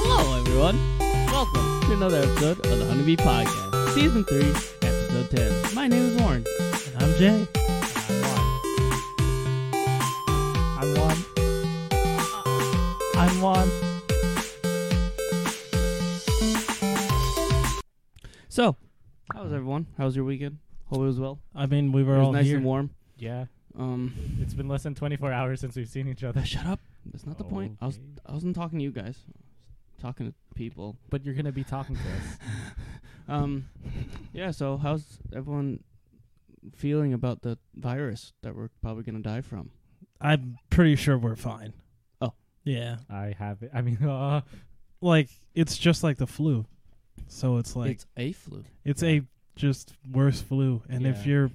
everyone. Welcome to another episode of the Honeybee Podcast, Season 3, Episode 10. My name is Warren. And I'm Jay. I'm one. I'm one. So, how was everyone? How was your weekend? Hope it was well. I mean, we were it was all nice here. and warm. Yeah, Um, it's been less than 24 hours since we've seen each other. shut up. That's not the point. I was Okay. I wasn't talking to you guys. I was talking to people. But you're gonna be talking to us. Um, yeah. So, how's everyone feeling about the virus that we're probably gonna die from? I'm pretty sure we're fine. Oh. Yeah. I have. It. I mean, uh, Like it's just like the flu. So it's like it's a flu. it's, a just worse flu and Yeah. if you're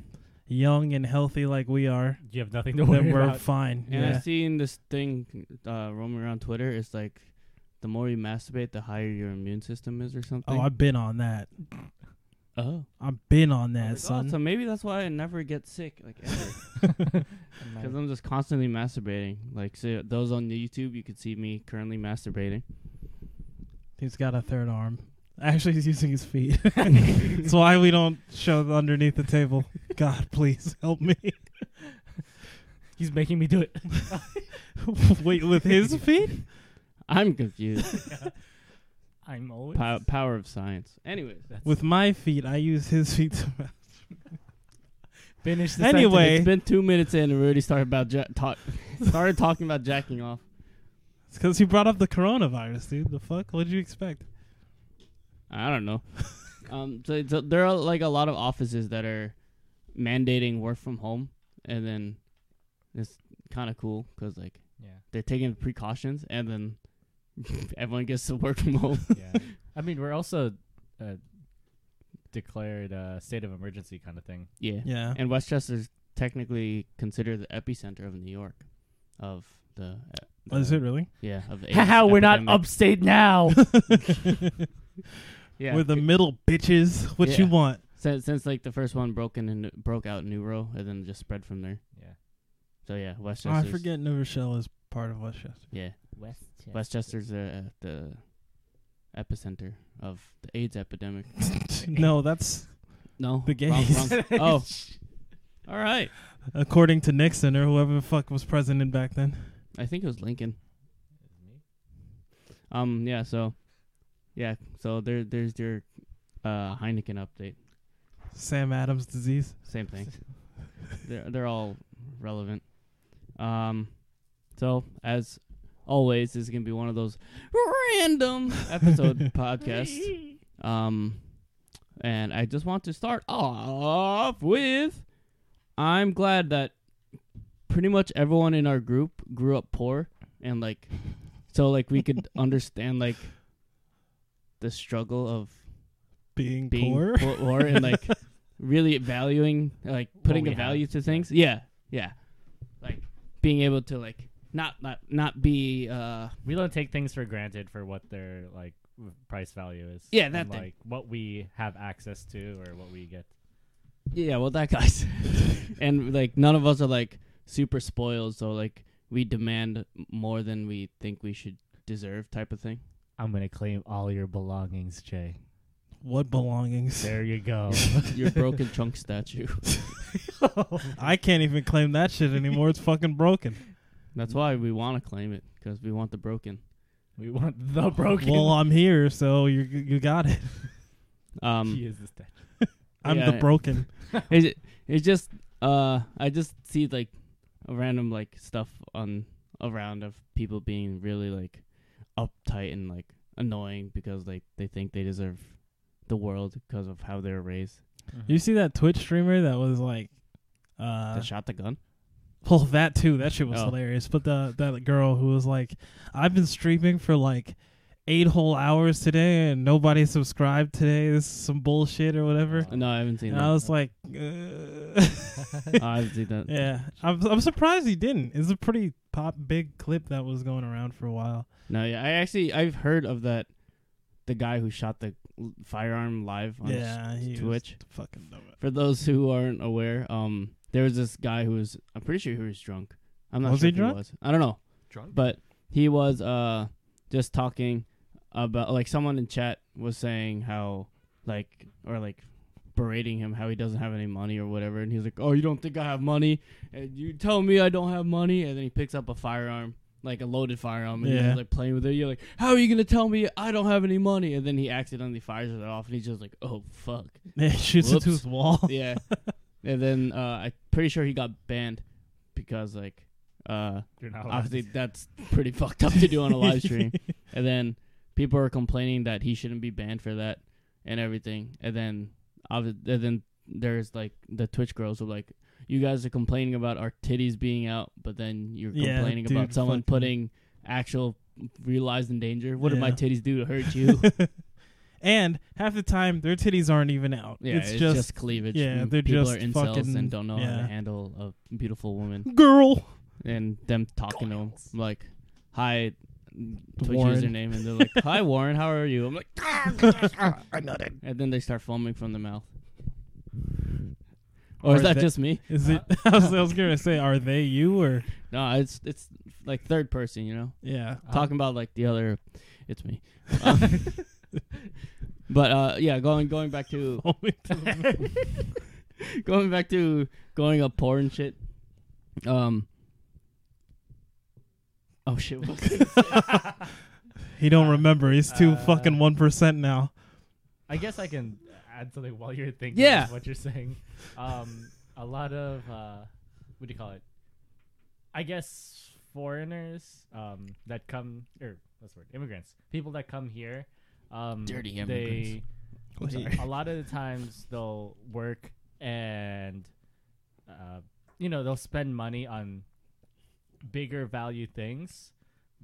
young and healthy like we are, you have nothing to then worry we're about. fine. And yeah. I've seen this thing uh, roaming around Twitter. It's like the more you masturbate, the higher your immune system is, or something. Oh, I've been on that. oh. I've been on Oh my that, God, son. so maybe that's why I never get sick, like ever, because I'm just constantly masturbating. Like, so those on YouTube, you could see me currently masturbating. He's got a third arm. Actually, he's using his feet. That's why we don't show the underneath the table. God, please help me. He's making me do it. Wait, with his feet? I'm confused. I'm always. Pow- power of science. Anyways, That's- With my feet, I use his feet to finish the Anyway. it's been two minutes in, and we already started about ja- talk- started talking about jacking off. It's because you brought up the coronavirus, dude. The fuck? What did you expect? I don't know. um, so, so there are like a lot of offices that are mandating work from home, and then it's kind of cool because like sentence. they're taking precautions, and then everyone gets to work from home. Yeah. yeah. I mean, we're also uh, declared uh, state of emergency kind of thing. yeah. Yeah. and Westchester's technically considered the epicenter of New York, of the. Uh, the Oh, Is it really? Yeah, of the Haha, AIDS we're not epidemic. upstate now. Yeah, We're the middle bitches. What you Yeah. want? since, since like the first one broke in and broke out in New Row, and then just spread from there. yeah. So yeah, Oh, I Westchester's. forget New Rochelle is part of Westchester. Yeah, West. Westchester's uh, the epicenter of the AIDS epidemic. no, that's No, The wrong, gays. wrong. Oh, all right. according to Nixon or whoever the fuck was president back then. I think it was Lincoln. Um, yeah. So, yeah. So there, there's your uh, Heineken update. Sam Adams disease. Same thing. they're they're all relevant. Um, so as always, this is gonna be one of those random episode podcasts. Um, and I just want to start off with I'm glad that pretty much everyone in our group grew up poor and like so like we could understand like the struggle of Being, being poor. poor, and like really valuing like putting we a have, value to things. Yeah. yeah, like being able to like not not not be uh We don't take things for granted for what their like w- price value is. Yeah, that and, thing. Like what we have access to or what we get. yeah well that guy's and like none of us are like super spoiled so like we demand more than we think we should deserve type of thing. I'm gonna claim all your belongings, Jay. What belongings? There you go. Your broken chunk statue. I can't even claim that shit anymore. It's fucking broken. That's why we want to claim it because we want the broken. we want the broken. Well, I'm here, so you you got it. Um he is the statue. I'm Yeah. the broken. it's, ju- it's just uh I just see like random like stuff on around of people being really like uptight and like annoying because like they think they deserve the world because of how they were raised. You see that Twitch streamer that was like, uh, That shot the gun. Well, that too. That shit was Oh. hilarious. But the that girl who was like, "I've been streaming for like eight whole hours today, and nobody subscribed today. This is some bullshit or whatever." Oh. No, I haven't seen and that. I was like, Oh, uh, I haven't seen that. "Yeah, I'm, I'm surprised he didn't." It's a pretty pop big clip that was going around for a while. No, yeah, I actually I've heard of that. The guy who shot the l- firearm live on yeah, s- he was Twitch. fucking dumb. For those who aren't aware, um, there was this guy who was I'm pretty sure he was drunk. I'm not Was sure he if drunk? was. I don't know. Drunk. but he was uh just talking about like someone in chat was saying how like or like berating him how he doesn't have any money or whatever and he's like oh you don't think i have money and you tell me i don't have money and then he picks up a firearm like a loaded firearm and Yeah. he's like playing with it you're like how are you gonna tell me i don't have any money and then he accidentally fires it off and he's just like oh fuck It shoots Whoops. into his wall. yeah. And then uh, I'm pretty sure he got banned because like uh, You're not allowed obviously that's pretty fucked up to do on a live stream. and then people are complaining that he shouldn't be banned for that and everything. And then obvi- and then there's like the Twitch girls were like, "You guys are complaining about our titties being out, but then you're Yeah, complaining dude, about someone fucking- putting actual realized in danger. What did my Yeah. titties do to hurt you? and half the time, their titties aren't even out. Yeah, it's, just, cleavage. yeah, and they're people just are incels fucking- and don't know how yeah. to handle a beautiful woman. girl. And them talking to 'em, like, "Hi, Twitch Warren. username," and they're like, "Hi, Warren, how are you?" I'm like, I know that. and then they start foaming from the mouth. Or is Or that that- just me? Is it? I was, I was gonna say, are they you or No, it's it's like third person, you know, yeah? Um, talking about like the other. It's me. Um, but uh, yeah, going going back to going back to going up porn shit. Um. Oh shit! what was I gonna say? he don't remember. He's too Uh, fucking one percent now. I guess I can add something while you're thinking Yeah. of what you're saying. Um, a lot of uh, what do you call it? I guess foreigners um, that come or what's the word? Immigrants, people that come here. Um, Dirty They, immigrants. I'm sorry. a lot of the times they'll work and uh, you know they'll spend money on bigger value things,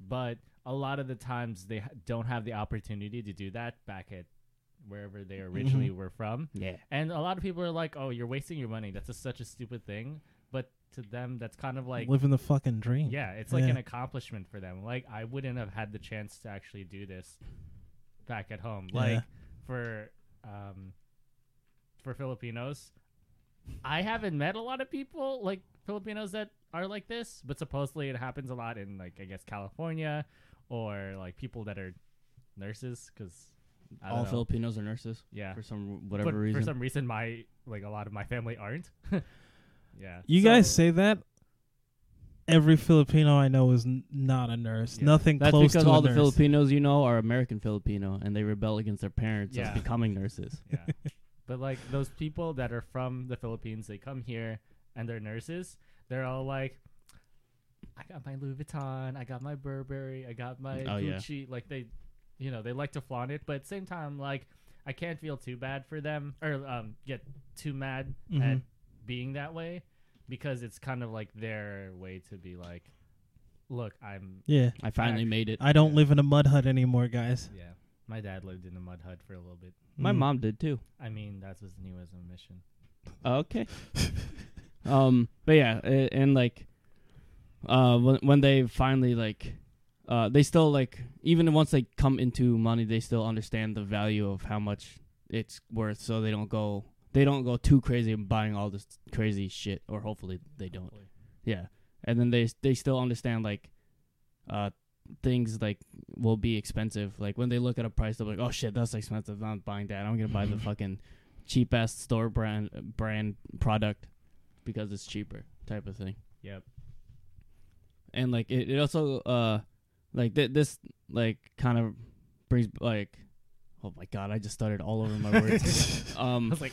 but a lot of the times they ha- don't have the opportunity to do that back at wherever they Mm-hmm. originally were from. yeah. And a lot of people are like, "Oh, you're wasting your money. That's a, such a stupid thing." But to them, that's kind of like, Living the fucking dream. yeah, it's like Yeah. an accomplishment for them. Like I wouldn't have had the chance to actually do this back at home. Yeah. Like for um for Filipinos, I haven't met a lot of people like Filipinos that are like this, but supposedly it happens a lot in like I guess California or like people that are nurses because All Filipinos are nurses yeah for some whatever but reason. For some reason, my like a lot of my family aren't. yeah. You So- guys say that. Every Filipino I know is n- not a nurse. Yeah. Nothing That's close because to all a the nurse. Filipinos you know are American Filipino, and they rebel against their parents Yeah. as becoming nurses. Yeah. but like those people that are from the Philippines, they come here and they're nurses. They're all like, I got my Louis Vuitton, I got my Burberry, I got my Oh, yeah. Gucci. Like they, you know, they like to flaunt it, but at the same time, like I can't feel too bad for them or um, get too mad at Mm-hmm. Mhm. being that way because it's kind of like their way to be like, look, I'm Yeah, I finally made it. I don't live in a mud hut anymore, guys. Yeah. My dad lived in a mud hut for a little bit. My Mm. mom did too. I mean, that was new as a mission. Okay. um, but yeah, a- and like, uh, when when they finally like, uh, they still like even once they come into money, they still understand the value of how much it's worth, so they don't go they don't go too crazy in buying all this crazy shit, or hopefully they don't. Hopefully. Yeah, and then they they still understand like, uh, things like will be expensive. Like when they look at a price, they're like, "Oh shit, that's expensive. I'm not buying that. I'm gonna buy the fucking cheap ass store brand brand product because it's cheaper." Type of thing. Yep. And like it, it also uh, like th- this like kind of brings like, oh my god, I just started all over my words. I Um, was like,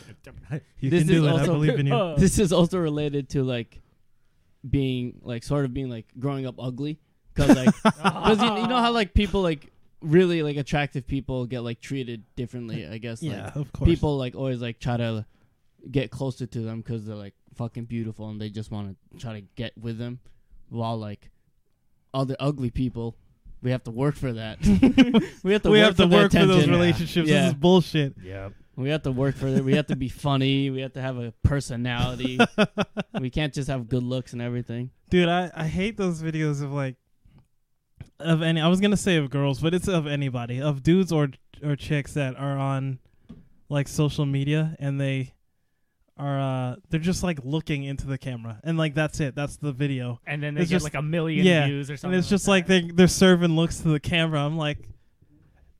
You This can do is it. I also- believe in you. Uh, this is also related to like being like sort of being like growing up ugly because like because you, you know how like people like really like attractive people get like treated differently i guess yeah, like of course. people like always like try to get closer to them because they're like fucking beautiful and they just want to try to get with them while like other ugly people we have to work for that we have to we work have to for their work for those attention. relationships. Yeah. This is bullshit. Yep. We have to work for it. We have to be funny. We have to have a personality. we can't just have good looks and everything. Dude, I, I hate those videos of like of any I was gonna say of girls, but it's of anybody. Of dudes or or chicks that are on like social media and they are uh they're just like looking into the camera and like that's it. That's the video. And then they It's get just- like a million yeah, views or something. and it's just that. like they they're serving looks to the camera. I'm like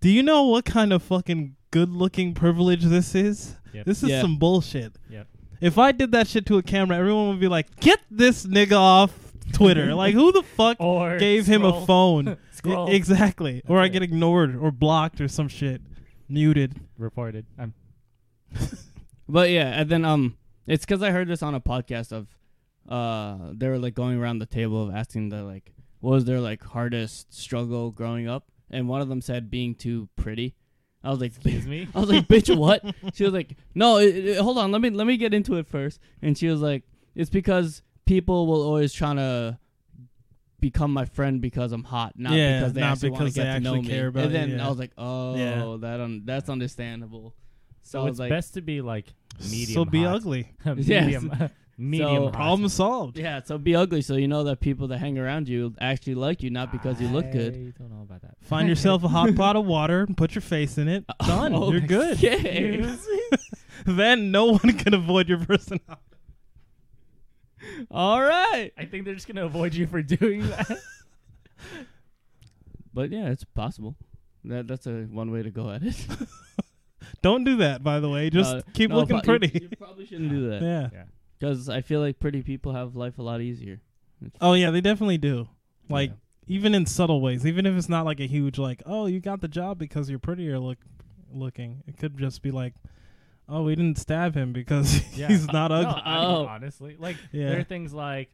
Do you know what kind of fucking good-looking privilege this is? Yep. This is Yeah. some bullshit. Yep. If I did that shit to a camera, everyone would be like, "Get this nigga off Twitter!" like, who the fuck Or gave him a scroll- phone? E- scroll exactly. or I it. get ignored or blocked or some shit, muted. reported. I'm But yeah, and then um, it's because I heard this on a podcast of, uh, they were like going around the table of asking the like, what was their like hardest struggle growing up, and one of them said being too pretty. I was like, excuse me. I was like, bitch, what? She was like, no, it, it- hold on, let me let me get into it first. And she was like, it's because people will always trying to become my friend because I'm hot, not Yeah, because they not actually want because to get they to know actually me. care about and you, then yeah. I was like, oh, Yeah. that un- that's understandable. So, So I it's was like, best to be like medium. so be hot. ugly. Yes. medium. medium. So- hot. Problem solved. yeah, so be ugly so you know that people that hang around you actually like you, not because you look good. I don't know about that. Find yourself a hot pot of water and put your face in Uh, it. Done. Oh, You're good. okay. Then no one can avoid your personality. All right. I think they're just gonna avoid you for doing that. But yeah, it's possible. That that's a one way to go at it. Don't do that, by the way. Just Uh, keep no, looking pro- you- You, pretty. probably shouldn't do that. yeah. Because I feel like pretty people have life a lot easier. Oh yeah, they definitely do. Like Yeah. even in subtle ways, even if it's not like a huge like, oh, you got the job because you're prettier look looking. It could just be like, oh, we didn't stab him because Yeah. he's not No, ugly. I mean, Oh. honestly, like Yeah. there are things like,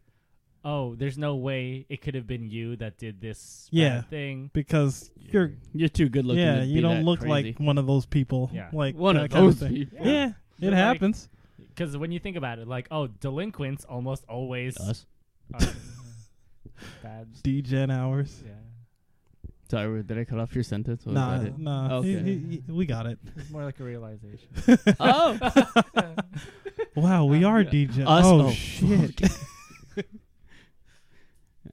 oh, there's no way it could have been you that did this bad Yeah. thing. Because you're You're too good looking. yeah, to you be don't that look crazy. like one of those people. Yeah. Like one that of kind those thing. people. Yeah, You're it like- happens. Because when you think about it, like, oh, delinquents almost always Us. are bad. D-gen hours. Yeah, Sorry, did I cut off your sentence? Was Nah, that it? nah. Okay. He- he- he- we got it. it's more like a realization. oh, Wow, we Uh, are yeah. D-gen. Us- Oh, oh, shit.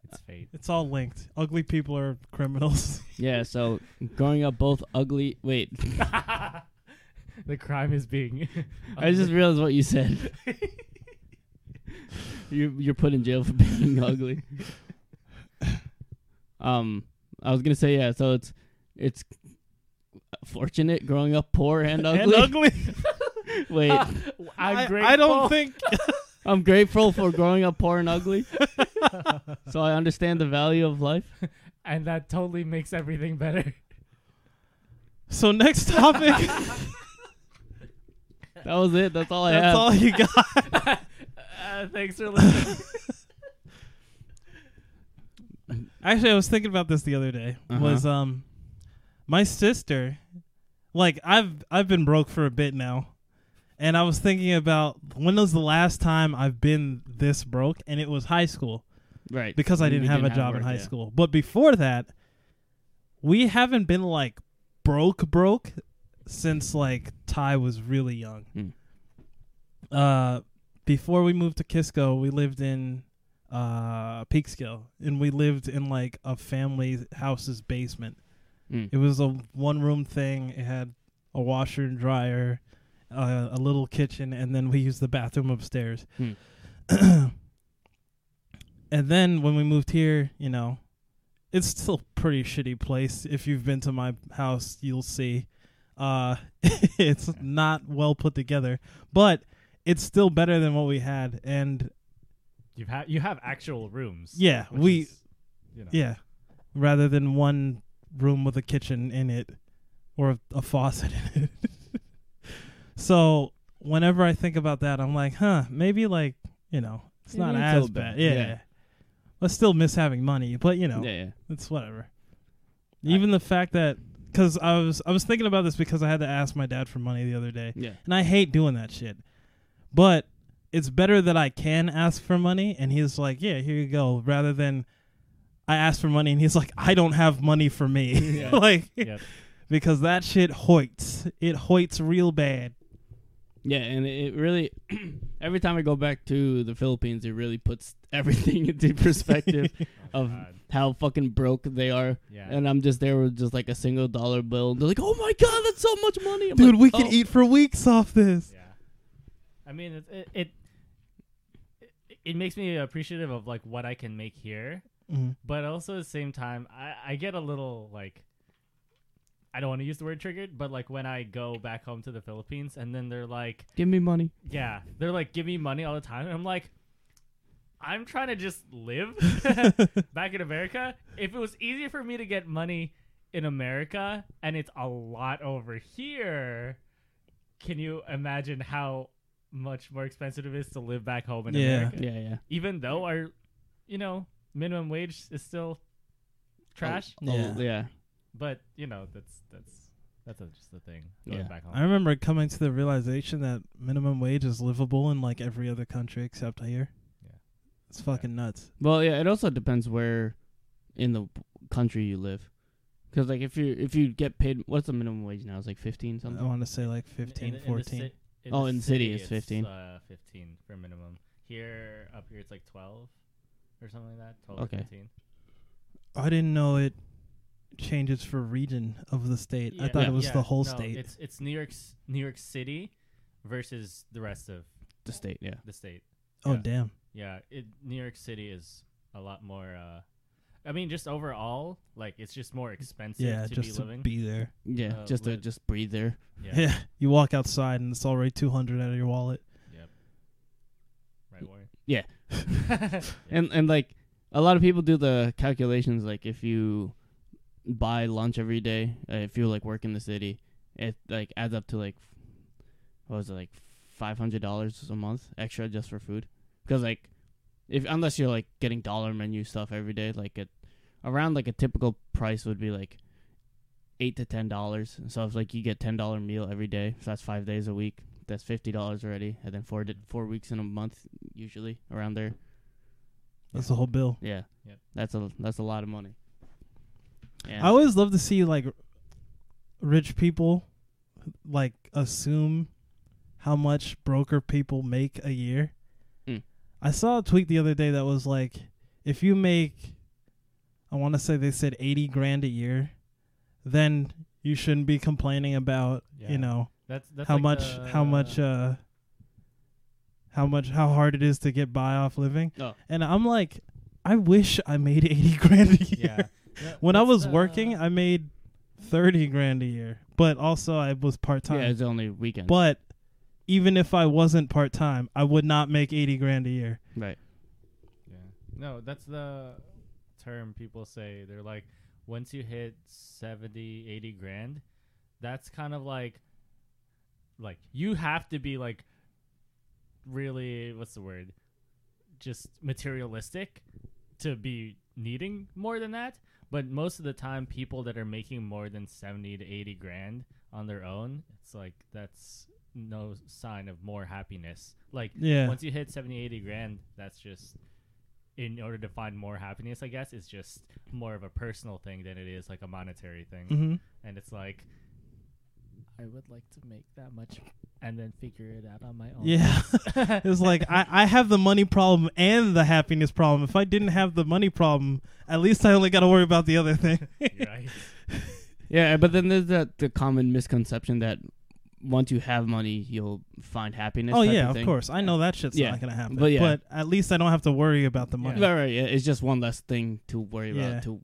It's fate. it's all linked. Ugly people are criminals. yeah. So growing up, both ugly. Wait, the crime is being. I just realized what you said. you you're put in jail for being ugly. Um, I was gonna say yeah. So it's it's fortunate growing up poor and ugly. and ugly. Wait, I'm grateful. I, I don't think I'm grateful for growing up poor and ugly. so I understand the value of life. and that totally makes everything better. So next topic. That was it. That's all I that's have. all you got. Uh, thanks for listening. Actually, I was thinking about this the other day. Uh-huh. Was um, my sister, like I've I've been broke for a bit now, and I was thinking about when was the last time I've been this broke, and it was high school Right. because I You didn't have a job work, in high yeah. school. But before that, we haven't been like broke broke since like Ty was really young. Hmm. Uh, before we moved to Kisco, we lived in uh Peekskill, and we lived in like a family house's basement. Mm. It was a one room thing. It had a washer and dryer, uh, a little kitchen, and then we used the bathroom upstairs. Hmm. and then when we moved here, you know, it's still a pretty shitty place. If you've been to my house, you'll see. Uh, it's not well put together, but it's still better than what we had. And You've had you have actual rooms. Yeah, which we- is, you know, yeah, rather than one room with a kitchen in it or a, a faucet in it. so whenever I think about that, I'm like, huh, maybe like you know, it's It not ain't as so bad. bad. Yeah. Yeah. I still miss having money, but you know, Yeah, yeah. it's whatever. Even the fact that because I was I was thinking about this because I had to ask my dad for money the other day, Yeah. and I hate doing that shit. But it's better that I can ask for money, and he's like, "Yeah, here you go," rather than I ask for money and he's like, "I don't have money for me," Yeah. like Yep. because that shit hoits. It hoits real bad. Yeah, and it really every time I go back to the Philippines, it really puts everything into perspective Oh, of God. how fucking broke they are. yeah. And I'm just there with just like a single dollar bill. They're like, "Oh my god, that's so much money, I'm Dude, like, we could e-" "Oh." eat for weeks off this. Yeah. I mean, it it, it it it makes me appreciative of like what I can make here, Mhm. but also at the same time, I I get a little like I don't want to use the word triggered, but like when I go back home to the Philippines and then they're like, Give me money. yeah, they're like, give me money all the time. And I'm like, I'm trying to just live back in America. If it was easier for me to get money in America and it's a lot over here, can you imagine how much more expensive it is to live back home in Yeah. America? Yeah, yeah. Even though our, you know, minimum wage is still trash, Oh, yeah. but you know that's that's that's a, just the thing. Going Yeah. back home. I remember coming to the realization that minimum wage is livable in like every other country except here. Yeah. It's fucking nuts. Well, yeah, it also depends where in the country you live. Cuz like if you if you get paid what's the minimum wage now? It's like 15 I something. want to say like 15, in, the- in the 14. ci- Oh, in the city it's 15. Uh, fifteen for minimum. Here, up here, it's like twelve or something like that. Twelve Okay. or fifteen. I didn't know it changes for region of the state. I thought Yeah. it was yeah, the whole no, state. It's it's New York's New York City versus the rest of The state, yeah. the state. Oh yeah. damn. Yeah, it, New York City is a lot more. Uh, I mean, just overall, like it's just more expensive Yeah, to just be to living. be there. Yeah, Uh, just to lit- just breathe there. Yeah. yeah, You walk outside and it's already 200 out of your wallet. right, Warren. Yeah. Yeah. And and like a lot of people do the calculations like if you buy lunch every day, uh, if you like work in the city, it like adds up to like what was it like $500 a month extra just for food. Cuz like if unless you're like getting dollar menu stuff every day, like it around like a typical price would be like 8 to $10. So if like you get $10 meal every day, so that's 5 days a week. That's fifty dollars already, and then four to four weeks in a month, usually around there. That's the whole bill. Yeah. Yep. That's a that's a lot of money. I always love to see like rich people like assume how much broker people make a year. Hmm. Mm. I saw a tweet the other day that was like if you make I want to say they said 80 grand a year, then you shouldn't be complaining about, Yeah. you know, that's, that's how like much the- how much uh how much how hard it is to get by off living. Oh. And I'm like I wish I made 80 grand a year. yeah. No, When I that's, was uh, working, I made thirty grand a year, but also I was part yeah, time. it's only weekend. but even if I wasn't part time, I would not make eighty grand a year. right. Yeah. No, that's the term people say. They're like, once you hit 70, 80 grand, that's kind of like, like you have to be like, really, what's the word? Just materialistic to be needing more than that. But most of the time, people that are making more than 70 to 80 grand on their own, it's like, that's no sign of more happiness. Like, Yeah, once you hit 70 80 grand that's just in order to find more happiness i guess it's just more of a personal thing than it is like a monetary thing hmm Mm-hmm. and it's like i would like to make that much and then figure it out on my own yeah. it's like I, I have the money problem and the happiness problem. If I didn't have the money problem, at least I only got to worry about the other thing. You're right Yeah, but then there's that the common misconception that once you have money, you'll find happiness. oh type yeah, of thing. course. I know that shit's Yeah. not gonna happen. But But, yeah. at least I don't have to worry about the money. Right, right. Yeah, it's just one less thing to worry Yeah. about to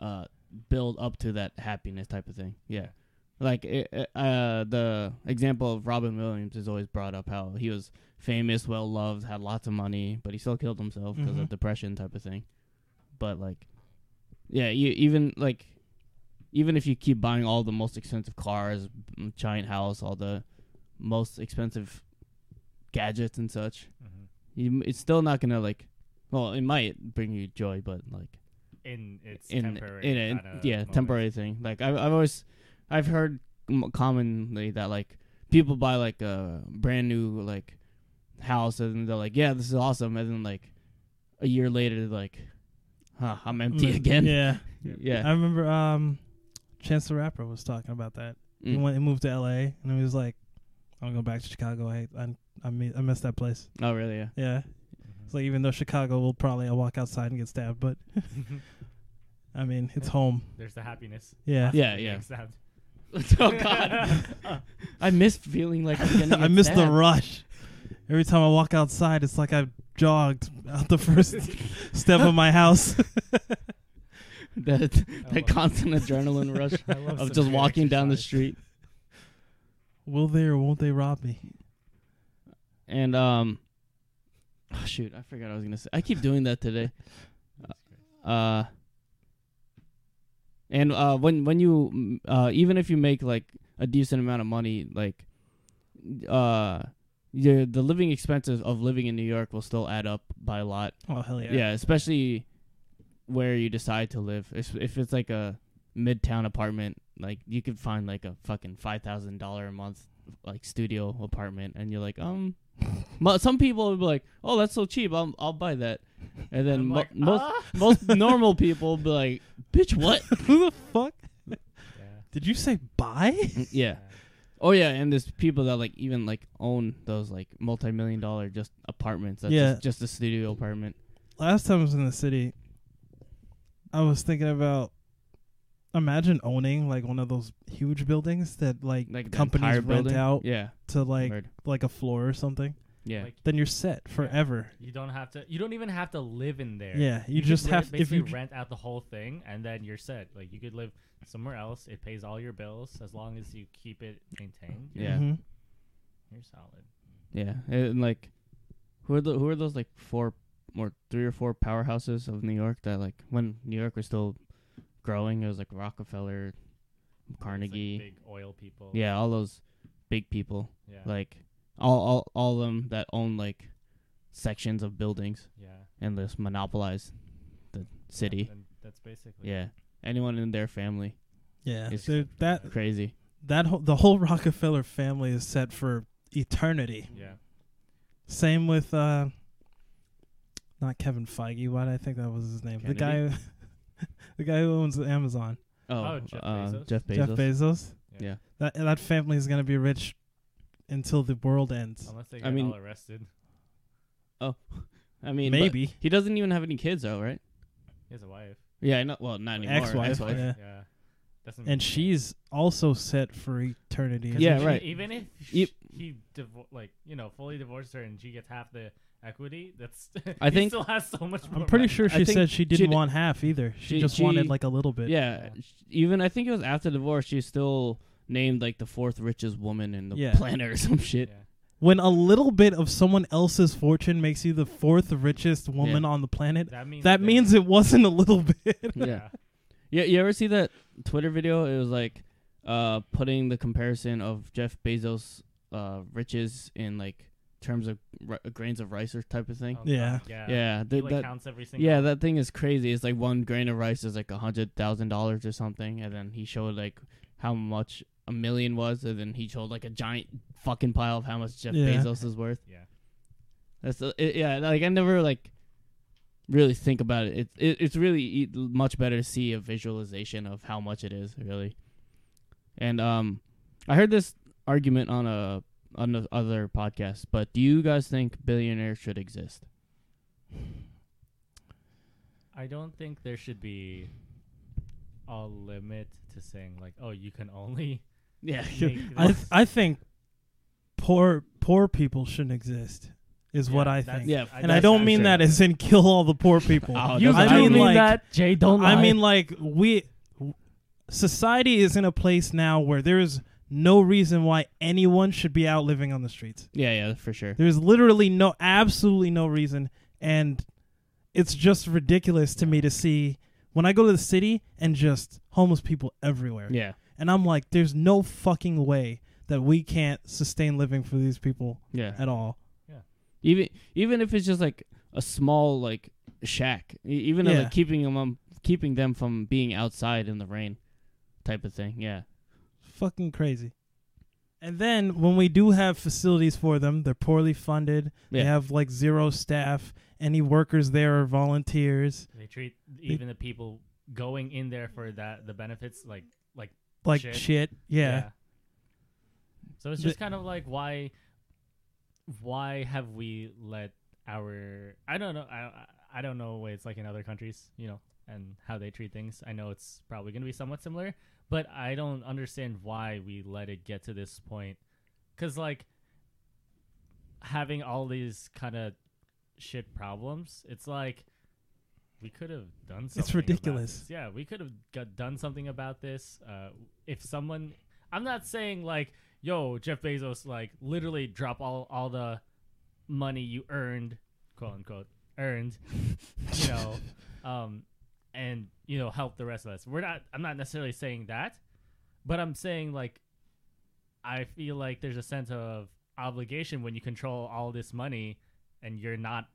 uh, build up to that happiness type of thing. Yeah. Like it, it- uh, the example of Robin Williams is always brought up how he was famous, well loved, had lots of money, but he still killed himself because Mhm. of depression type of thing. But like, yeah, you even like, even if you keep buying all the most expensive cars, m- giant house, all the most expensive gadgets and such, Mhm. you, it's still not gonna like. Well, it might bring you joy, but like in it's in temporary in a kinda yeah moment. temporary thing. Like I've I've always I've heard m- commonly that like people buy like a brand new like house and they're like yeah this is awesome and then like a year later they're like huh I'm empty again Mm, Yeah. yeah I remember um, Chance the Rapper was talking about that. He Mm. went and moved to L.A. and he was like, "I'm going back to Chicago. I I I, mi- I miss that place." oh really yeah Yeah. Mhm. So even though Chicago will probably I'll walk outside and get stabbed, but I mean it's home. Mm-hmm. there's the happiness Yeah. Yeah, Possibly yeah. except- oh god I miss feeling like I'm getting I miss the stabbed. rush. Every time I walk outside, it's like I jogged out the first step of my house. that that love- constant adrenaline rush I love of some just free walking down the exercise. street. Will they or won't they rob me? And um, oh, shoot, I forgot I was gonna say. I keep doing that today. Uh, and uh, when when you mm, uh, even if you make like a decent amount of money, like uh, your the living expenses of living in New York will still add up by a lot. Oh hell yeah! yeah, especially where you decide to live. If, if it's like a midtown apartment, like you could find like a fucking five thousand dollar a month like studio apartment, and you're like, um, mo- some people would be like, oh, that's so cheap, I'll I'll buy that, and then I'm mo- like, most "Ah." most normal people would be like, bitch, what? Who the fuck Yeah, did you say buy? yeah. Oh yeah, and there's people that like even like own those like multi million dollar just apartments. That's Yeah. just, just a studio apartment. Last time I was in the city, I was thinking about imagine owning like one of those huge buildings that like, Like the companies entire rent building. out Yeah. to like Word. like a floor or something. yeah. Like Then you're set forever. you don't have to. You don't even have to live in there. Yeah, you, could just re- have if basically you rent out the whole thing, and then you're set. Like you could live somewhere else. It pays all your bills as long as you keep it maintained. Yeah. Mhm. You're solid. Yeah, and like, who are the who are those like four or three or four powerhouses of New York that like when New York was still growing, it was like Rockefeller, Carnegie, It's like big oil people. yeah, all those big people, yeah, like all all all of them that own like sections of buildings yeah. and just monopolize the Yeah, city. then that's basically Yeah, anyone in their family, Yeah, It's- they're- that crazy. that whole, the whole Rockefeller family is set for eternity. Yeah, Same with uh, not Kevin Feige. Why did I think that was his name? The guy, Kennedy? who- the guy who owns Amazon, Oh, Oh, Jeff uh, Bezos? Jeff Bezos. Jeff Bezos. Yeah. That that family is gonna be rich until the world ends. unless they I get mean- all arrested. I mean, but Maybe he doesn't even have any kids though, right? He has a wife. Yeah, I know. Well, not anymore. ex-wife. Ex-wife. Yeah. Yeah, doesn't. make And sense. she's also set for eternity. 'Cause Yeah, even, right. Even if Yep. sh- he divo- like you know fully divorced her and she gets half the equity, that's I he think- still has so much. I'm more pretty money. sure I she think said she didn't she'd- want half either. She, she- just she- wanted like a little bit. Yeah, Yeah. sh- even I think it was after divorce. She's still named like the fourth richest woman in the Yeah. planet or some shit. Yeah. When a little bit of someone else's fortune makes you the fourth richest woman on the planet, That means that they're- means it wasn't a little bit. Yeah. yeah, You ever see that Twitter video? It was like uh, putting the comparison of Jeff Bezos' uh, riches in like terms of r- grains of rice or type of thing. Oh, Yeah. God, yeah. yeah, He, th- like, that. counts every single. Yeah, that thing is crazy. It's like one grain of rice is like a hundred thousand dollars or something, and then he showed like how much a million was, and then he showed like a giant fucking pile of how much Jeff Yeah. Bezos is worth. Yeah. That's uh, it, yeah. Like I never like really think about it. It, it it's really e- much better to see a visualization of how much it is really. And um, I heard this argument on a on the other podcast. But do you guys think billionaires should exist? I don't think there should be a limit to saying like, oh, you can only. Yeah. make I this. I think poor poor people shouldn't exist is what Yeah, I that's- think. Yeah, and that's I don't for mean sure. that as in kill all the poor people. Oh, You that's- I don't mean, mean like- that, Jay. Oh Don't. I lie. mean like we society is in a place now where there is no reason why anyone should be out living on the streets. Yeah, yeah, for sure. There's literally no absolutely no reason and it's just ridiculous to me to see when I go to the city and just homeless people everywhere. Yeah, And I'm like, there's no fucking way that we can't sustain living for these people yeah. at all. Even even if it's just like a small like shack, E- even though, Yeah. like keeping them um, keeping them from being outside in the rain, type of thing. Yeah, Fucking crazy. And then when we do have facilities for them, they're poorly funded. They Yeah. have like zero staff. Any workers there are volunteers. They treat even the people going in there for that the benefits like like Like shit. Shit. Yeah. So it's just kind of like why why have we let our I don't know I I don't know what it's like in other countries, you know, and how they treat things. I know it's probably going to be somewhat similar, but I don't understand why we let it get to this point cuz like having all these kind of shit problems, it's like we could have done something. It's about ridiculous. this. Yeah, we could have got done something about this. Uh, if someone, I'm not saying like, yo, Jeff Bezos, like literally drop all all the money you earned, quote unquote, earned, you know, um, and you know, help the rest of us. We're not. I'm not necessarily saying that, but I'm saying like, I feel like there's a sense of obligation when you control all this money and you're not.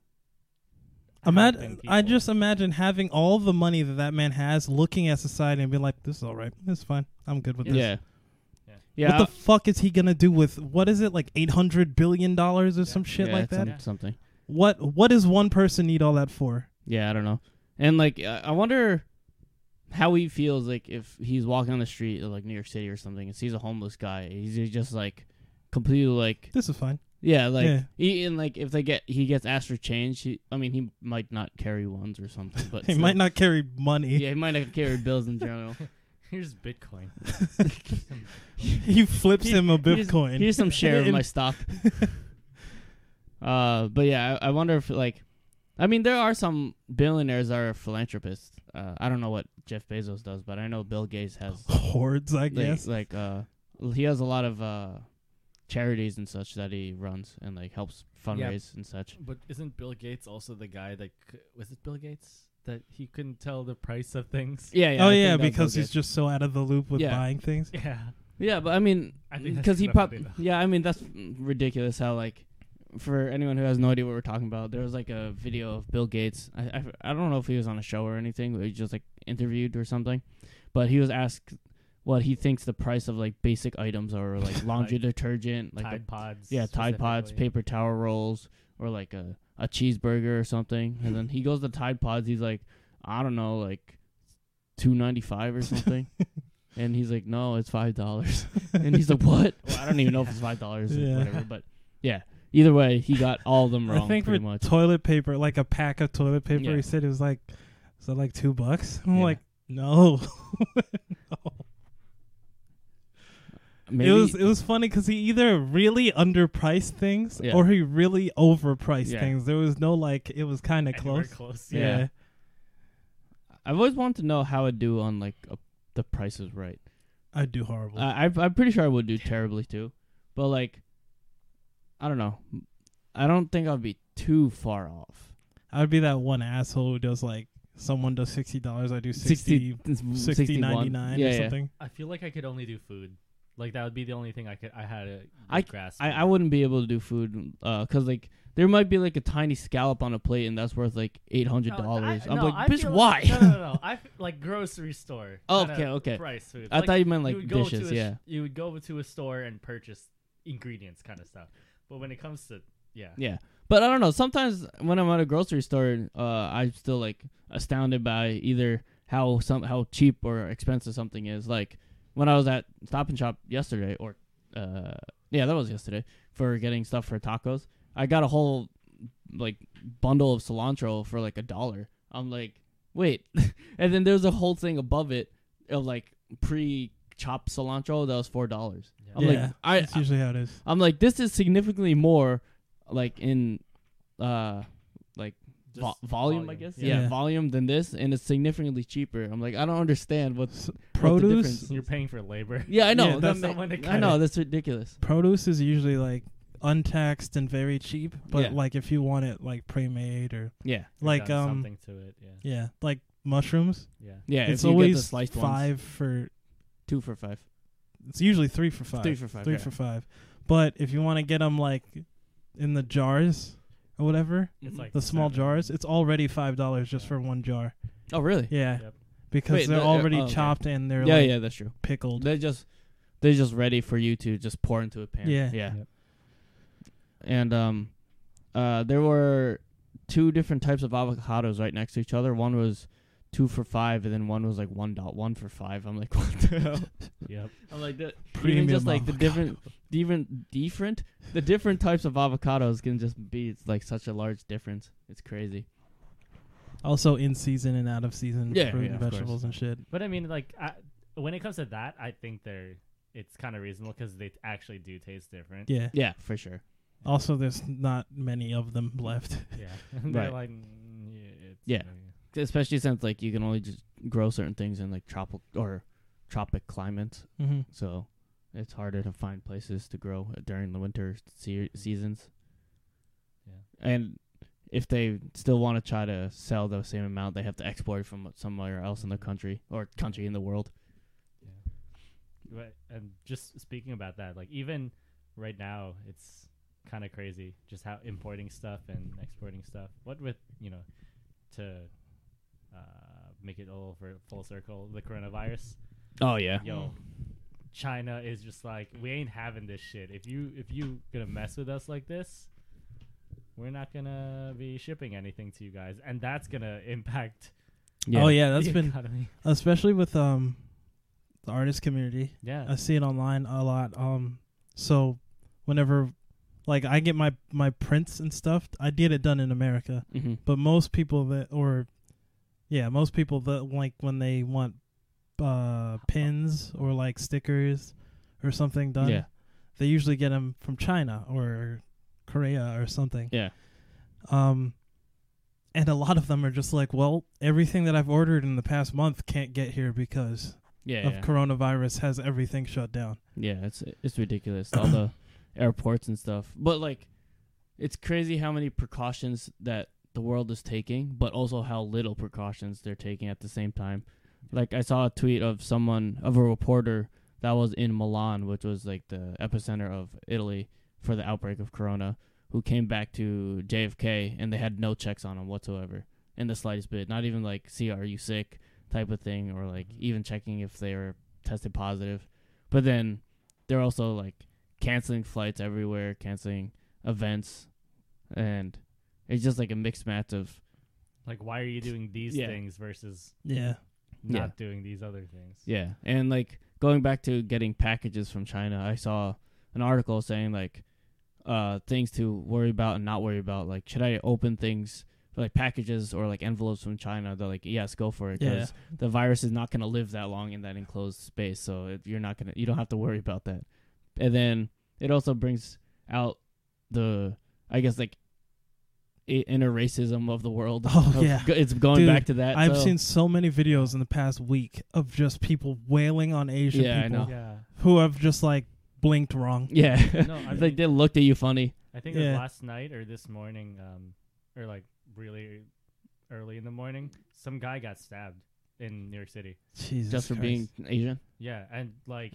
helping Imagine, I people. just imagine having all the money that that man has, looking at society and be like, "This is all right. This is fine. I'm good with this." Yeah. Yeah. Yeah. What the fuck is he gonna do with what is it like eight hundred billion dollars or some shit yeah, like that? some- Something. What What does one person need all that for? Yeah, I don't know. And like, I I wonder how he feels like if he's walking on the street of like New York City or something and sees a homeless guy, he's he's just like completely like This is fine. yeah, like Yeah. He, and like if they get he gets asked for change, he, I mean he might not carry ones or something, but He still- might not carry money. Yeah, he might not carry bills in general. Here's Bitcoin. He flips He- him a here's- bitcoin. Here's some share of And- my stock. uh, but yeah, I, I wonder if like, I mean, there are some billionaires that are philanthropists. Uh, I don't know what Jeff Bezos does, but I know Bill Gates has Hordes, I like, guess. like uh, he has a lot of uh, charities and such that he runs and like helps fundraise and Oh, such. But isn't Bill Gates also the guy that c- was it Bill Gates that he couldn't tell the price of things? Yeah, yeah. oh I think yeah, that was because Bill he's Gates. just so out of the loop with Yeah. buying things. Yeah. yeah, but I mean, I think that's because he enough pop. of it. Yeah, I mean that's ridiculous. How like. For anyone who has no idea what we're talking about, there was like a video of Bill Gates. I, I, I don't know if he was on a show or anything. But he was just like interviewed or something, but he was asked what he thinks the price of like basic items are, like laundry detergent, like the Tide Pods. Yeah, Tide Pods, specifically. paper towel rolls, or like a, a cheeseburger or something. And then he goes to Tide Pods. He's like, I don't know, like two ninety five or something. and he's like, No, it's five dollars. and he's like, What? Well, I don't even know if it's five dollars Yeah. or whatever. But yeah, either way, he got all of them wrong I think for pretty much. toilet paper, like a pack of toilet paper, Yeah. he said it was like, is that like two bucks? I'm Yeah. like, no. Maybe It was it was funny because he either really underpriced things Yeah. or he really overpriced Yeah. things. There was no like it was kind of Anywhere close. close. Yeah. I've always wanted to know how it do on like a, the Price is Right. I'd do horrible. I, I- I'm pretty sure I would do terribly too, but like, I don't know. I don't think I'd be too far off. I'd be that one asshole who does like someone does sixty dollars, I do 60, 60, 60 61. 99 yeah, or yeah. something. I feel like I could only do food. Like that would be the only thing I could. I had a I- grasp. I, of. I wouldn't be able to do food because like there might be like a tiny scallop on a plate and that's worth like eight hundred No, dollars. I- I'm no, like, I bitch, feel why? Like, no, no, no, no. I f- like grocery store. Oh, kinda okay, okay. Price food. I Like, thought you meant you like would go dishes. to a, Yeah, You would go to a store and purchase ingredients, kind of stuff. But when it comes to yeah, yeah. But I don't know. Sometimes when I'm at a grocery store, uh, I'm still like astounded by either how some how cheap or expensive something is. Like when I was at Stop and Shop yesterday, or uh, yeah, that was yesterday for getting stuff for tacos. I got a whole like bundle of cilantro for like a dollar. I'm like, wait, and then there's a whole thing above it of like pre chopped cilantro that was four dollars. I'm Yeah. like, I That's usually how it is. I'm like, this is significantly more, like in, uh, like Just vo- volume, I guess. Yeah. Yeah. volume than this, and it's significantly cheaper. I'm like, I don't understand what's. S- difference Produce is? You're paying for labor. Yeah, I know. Yeah, that that's ma- someone that I cut know it. that's ridiculous. produce is usually like untaxed and very cheap, but Yeah. like if you want it like pre-made or Yeah, You've like um done something to it. Yeah, yeah, like mushrooms. yeah. yeah. it's if you always get the sliced ones, five for two for five. it's usually 3 for 5. Three for five, Three yeah. for 5. But if you want to get them like in the jars or whatever, It's like Mm-hmm. the small seven. jars, it's already $5 just for one jar. Oh, really? Yeah. Yep. Because Wait, they're the- uh, already oh, okay. chopped and they're yeah, like yeah. That's true. pickled. They're just, they're just ready for you to just pour into a pan. Yeah. yeah. Yep. And um, uh, there were two different types of avocados right next to each other. One was two for five, and then one was like one dot one for five. I'm like, what the hell? Yep. I'm like the Premium even just like the avocado. different, different, different, the different types of avocados can just be it's like such a large difference. It's crazy. Also in season and out of season Yeah, fruit yeah, and of course. vegetables and shit. But I mean, like I, when it comes to that, I think they're it's kind of reasonable because they actually do taste different. Yeah. Yeah, for sure. Also there's not many of them left. Yeah. They're Right. like, mm, yeah, it's Yeah. especially since like you can only just grow certain things in like tropical or tropic climates, Mm-hmm. so it's harder to find places to grow uh, during the winter se- seasons. Yeah. and if they still want to try to sell the same amount, they have to export it from somewhere else in the country or country in the world. Right. And just speaking about that, like even right now, it's kind of crazy just how importing stuff and exporting stuff. What with you know to uh, make it all for full circle, the coronavirus. Oh yeah, Yo, China is just like we ain't having this shit. If you if you gonna mess with us like this, we're not gonna be shipping anything to you guys, and that's gonna impact. Oh yeah, that's the been economy. especially with um the artist community. yeah. I see it online a lot. Um, so whenever like I get my my prints and stuff, I get it done in America. hmm But most people that or yeah, most people that like when they want uh pins or like stickers or something done, Yeah. they usually get them from China or Korea or something. Yeah. Um and a lot of them are just like, well, everything that I've ordered in the past month can't get here because yeah, of yeah. coronavirus has everything shut down. Yeah, it's it's ridiculous. All the airports and stuff. But like it's crazy how many precautions that the world is taking, but also how little precautions they're taking at the same time. Like I saw a tweet of someone of a reporter that was in Milan, which was like the epicenter of Italy for the outbreak of corona, who came back to JFK and they had no checks on him whatsoever in the slightest bit. Not even like see are you sick type of thing or like even checking if they were tested positive. But then they're also like canceling flights everywhere, canceling events, and it's just like a mixed match of Like, why are you doing these Yeah. things versus Yeah. Yeah. not doing these other things? yeah. And like going back to getting packages from China, I saw an article saying like uh things to worry about and not worry about. Like, should I open things? Like packages or like envelopes from China, they're like, yes, go for it, Yeah. because the virus is not going to live that long in that enclosed space, so it, you're not going to, you don't have to worry about that. And then it also brings out the, I guess like, i- inner racism of the world. Oh, Of- yeah. it's going Dude, back to that. I've Uh, so- seen so many videos in the past week of just people wailing on Asian Yeah, I people know. Yeah. who have just like blinked wrong. Yeah, No, I like mean- they looked at you funny. I think it was Yeah. last night or this morning, um, or like really early in the morning, some guy got stabbed in New York City. Jesus. just for being Asian. Yeah, and like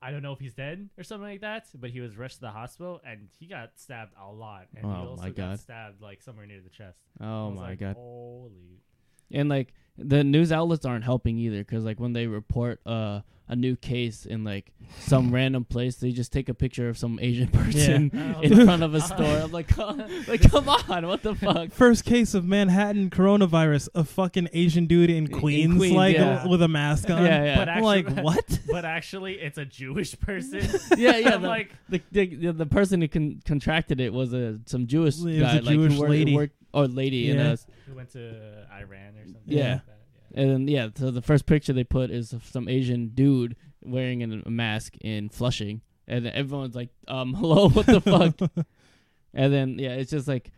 I don't know if he's dead or something like that, but he was rushed to the hospital and he got stabbed a lot. And he Oh, also my God. got stabbed like somewhere near the chest. I Oh was my like, god! Holy And like the news outlets aren't helping either, because like when they report uh, a new case in like some random place, they just take a picture of some Asian person Yeah. in front of a store. I'm like, come, like come on, what the fuck? First case of Manhattan coronavirus, a fucking Asian dude in Queens, Queens, like yeah. with a mask on. Yeah, yeah, But I- like Actually- what? But actually it's a Jewish person. yeah, yeah. I'm the, like the, the the person who con- contracted it was a some Jewish It was a guy, like Jewish who worked, lady. worked- or lady in Yeah. a who went to Iran or something Yeah. like that. Yeah. And then, yeah, so the first picture they put is of some Asian dude wearing an, a mask in Flushing, and everyone's like, "Um, hello, what the fuck?" and then yeah, it's just like,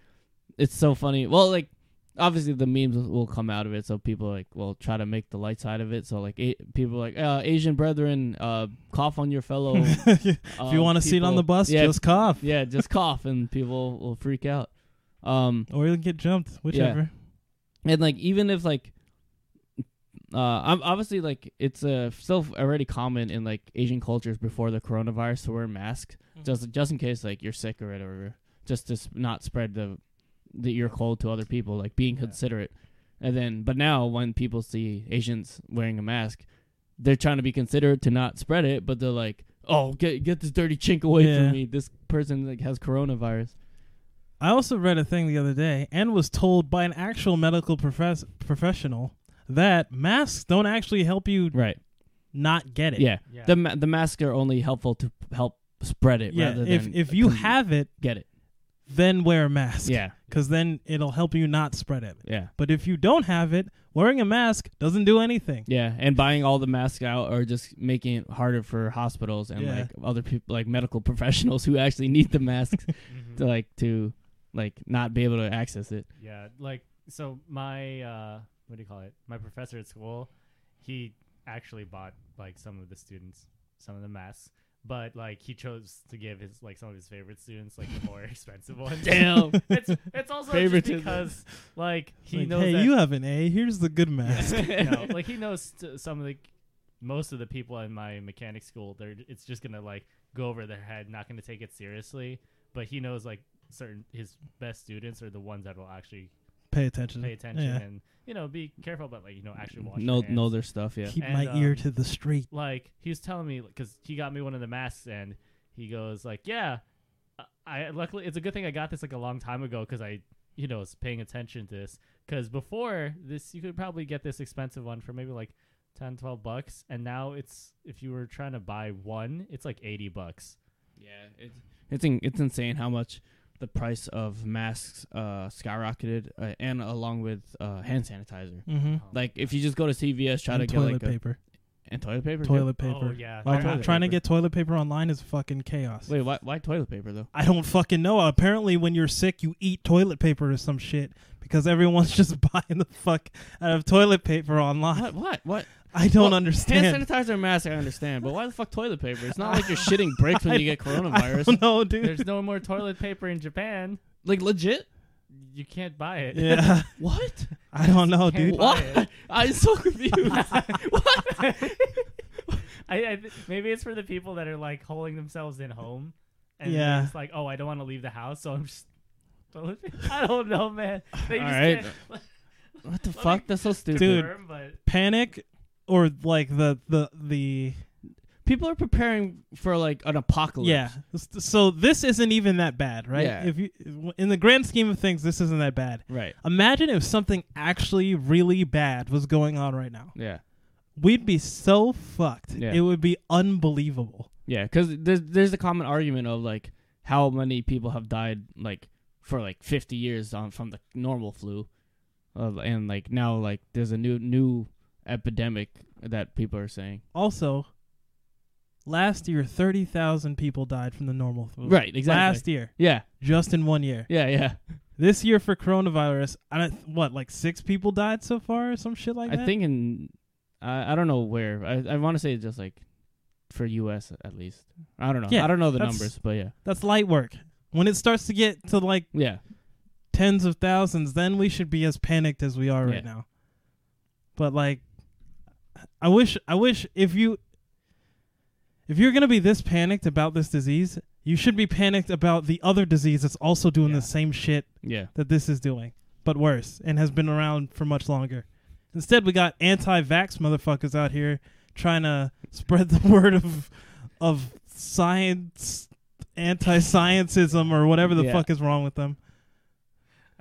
it's so funny. Well, like obviously the memes will- will come out of it, so people like will try to make the light side of it. So like a- people are like uh, Asian brethren, uh, cough on your fellow. um, if you want a seat on the bus, yeah, just cough, yeah, just cough, and people will freak out. Um, or you'll get jumped, whichever. and like even if like uh I'm obviously like it's uh still already common in like Asian cultures before the coronavirus to wear masks just just in case like you're sick or whatever just to sp- not spread the the your cold to other people like being Yeah. considerate and then but now when people see Asians wearing a mask they're trying to be considerate to not spread it but they're like oh get get this dirty chink away Yeah. from me this person like has coronavirus I also read a thing the other day and was told by an actual medical profess- professional that masks don't actually help you right not get it. yeah Yeah. the ma- the masks are only helpful to p- help spread it Yeah, rather if than if you to have it, get it then wear a mask. yeah because then it'll help you not spread it. yeah But if you don't have it, wearing a mask doesn't do anything. yeah and buying all the masks out or just making it harder for hospitals and Yeah. like other people like medical professionals who actually need the masks Mhm. to like to like not be able to access it Yeah, like so my uh what do you call it? My professor at school, he actually bought like some of the students some of the masks, but like he chose to give his like some of his favorite students like the more expensive ones. Damn. it's it's also just Favoritism. because like he Like, knows hey, that you have an A. Here's the good mask. no, like he knows t- some of the most of the people in my mechanic school. They're it's just gonna like go over their head, not gonna take it seriously. But he knows like certain his best students are the ones that will actually Pay attention. pay attention Mm, Yeah. and you know be careful about like you know actually watching. know know their stuff. Yeah. Keep And, my ear um, to the street. like he was telling me because he got me one of the masks and he goes like yeah i luckily it's a good thing i got this like a long time ago because i you know was paying attention to this because before this you could probably get this expensive one for maybe like 10 12 bucks and now it's if you were trying to buy one it's like 80 bucks Yeah. It's it's, in, it's insane how much the price of masks uh, skyrocketed, uh, and along with uh, hand sanitizer. Mm-hmm. Um, Like if you just go to CVS, try and to get toilet like a paper. and toilet paper. too? Toilet paper. oh yeah Like, Toilet trying to paper. get toilet paper online is fucking chaos. Wait, why why toilet paper though? I don't fucking know. Apparently, when you're sick, you eat toilet paper or some shit because everyone's just buying the fuck out of toilet paper online. What what what? I don't Well, Hand understand. sanitizer and mask, I understand, but why the fuck toilet paper? It's not like you're shitting bricks when you get I coronavirus. don't know, dude. there's no more toilet paper in japan Like legit? you can't buy it yeah, What? I don't know, Oh, dude. Buy What? it. I'm so confused. I, I th- maybe it's for the people that are like holding themselves in home, and Yeah. yeah, it's like, oh, I don't want to leave the house, so I'm just. I don't know, man. They All just right. can't What the Let fuck? me- That's so stupid. Dude. confirm, but Panic or like the the the People are preparing for like an apocalypse. yeah. So this isn't even that bad, right? Yeah. If you in the grand scheme of things, this isn't that bad. Right. Imagine if something actually really bad was going on right now. Yeah. We'd be so fucked. Yeah. It would be unbelievable. Yeah. Because there's there's a common argument of like how many people have died like for like 50 years on from the normal flu, uh, and like now like there's a new new epidemic that people are saying. Also, last year thirty thousand people died from the normal flu. Right. Exactly. Last year, yeah. just in one year. Yeah. Yeah. This year for coronavirus, I don't, what like six people died so far, or some shit like that. I think in I, I don't know where I I want to say it's just like for U.S. at least. I don't know. Yeah, I don't know the that's- numbers, but yeah, that's light work. When it starts to get to like yeah. tens of thousands, then we should be as panicked as we are Yeah. right now. But like, I wish, I wish if you, if you're gonna be this panicked about this disease, you should be panicked about the other disease that's also doing Yeah. the same shit Yeah. that this is doing, but worse, and has been around for much longer. Instead, we got anti-vax motherfuckers out here trying to spread the word of of science, anti-scientism, or whatever the Yeah. fuck is wrong with them.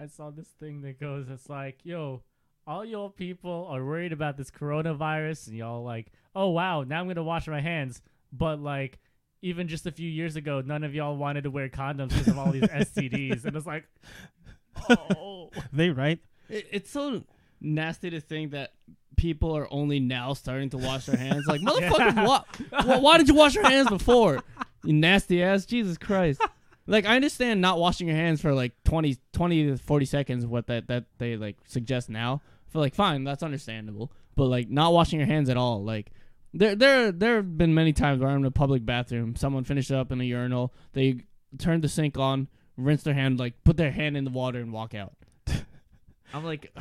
I saw this thing that goes, it's like, yo, all y'all people are worried about this coronavirus, and y'all like, oh wow, now I'm gonna wash my hands, but like. Even just a few years ago, none of y'all wanted to wear condoms because of all these STDs, and it's like, oh, They right? It, it's so nasty to think that people are only now starting to wash their hands. Like motherfucker, Yeah. wha- wh- why, did you wash your hands before? You nasty ass, Jesus Christ. Like I understand not washing your hands for like 20, 20 to forty seconds. What that that they like suggest now for like fine, that's understandable. But like not washing your hands at all, like there there there have been many times where I'm in a public bathroom, someone finished up in a urinal, they turned the sink on, rinse their hand, like put their hand in the water and walk out. I'm like,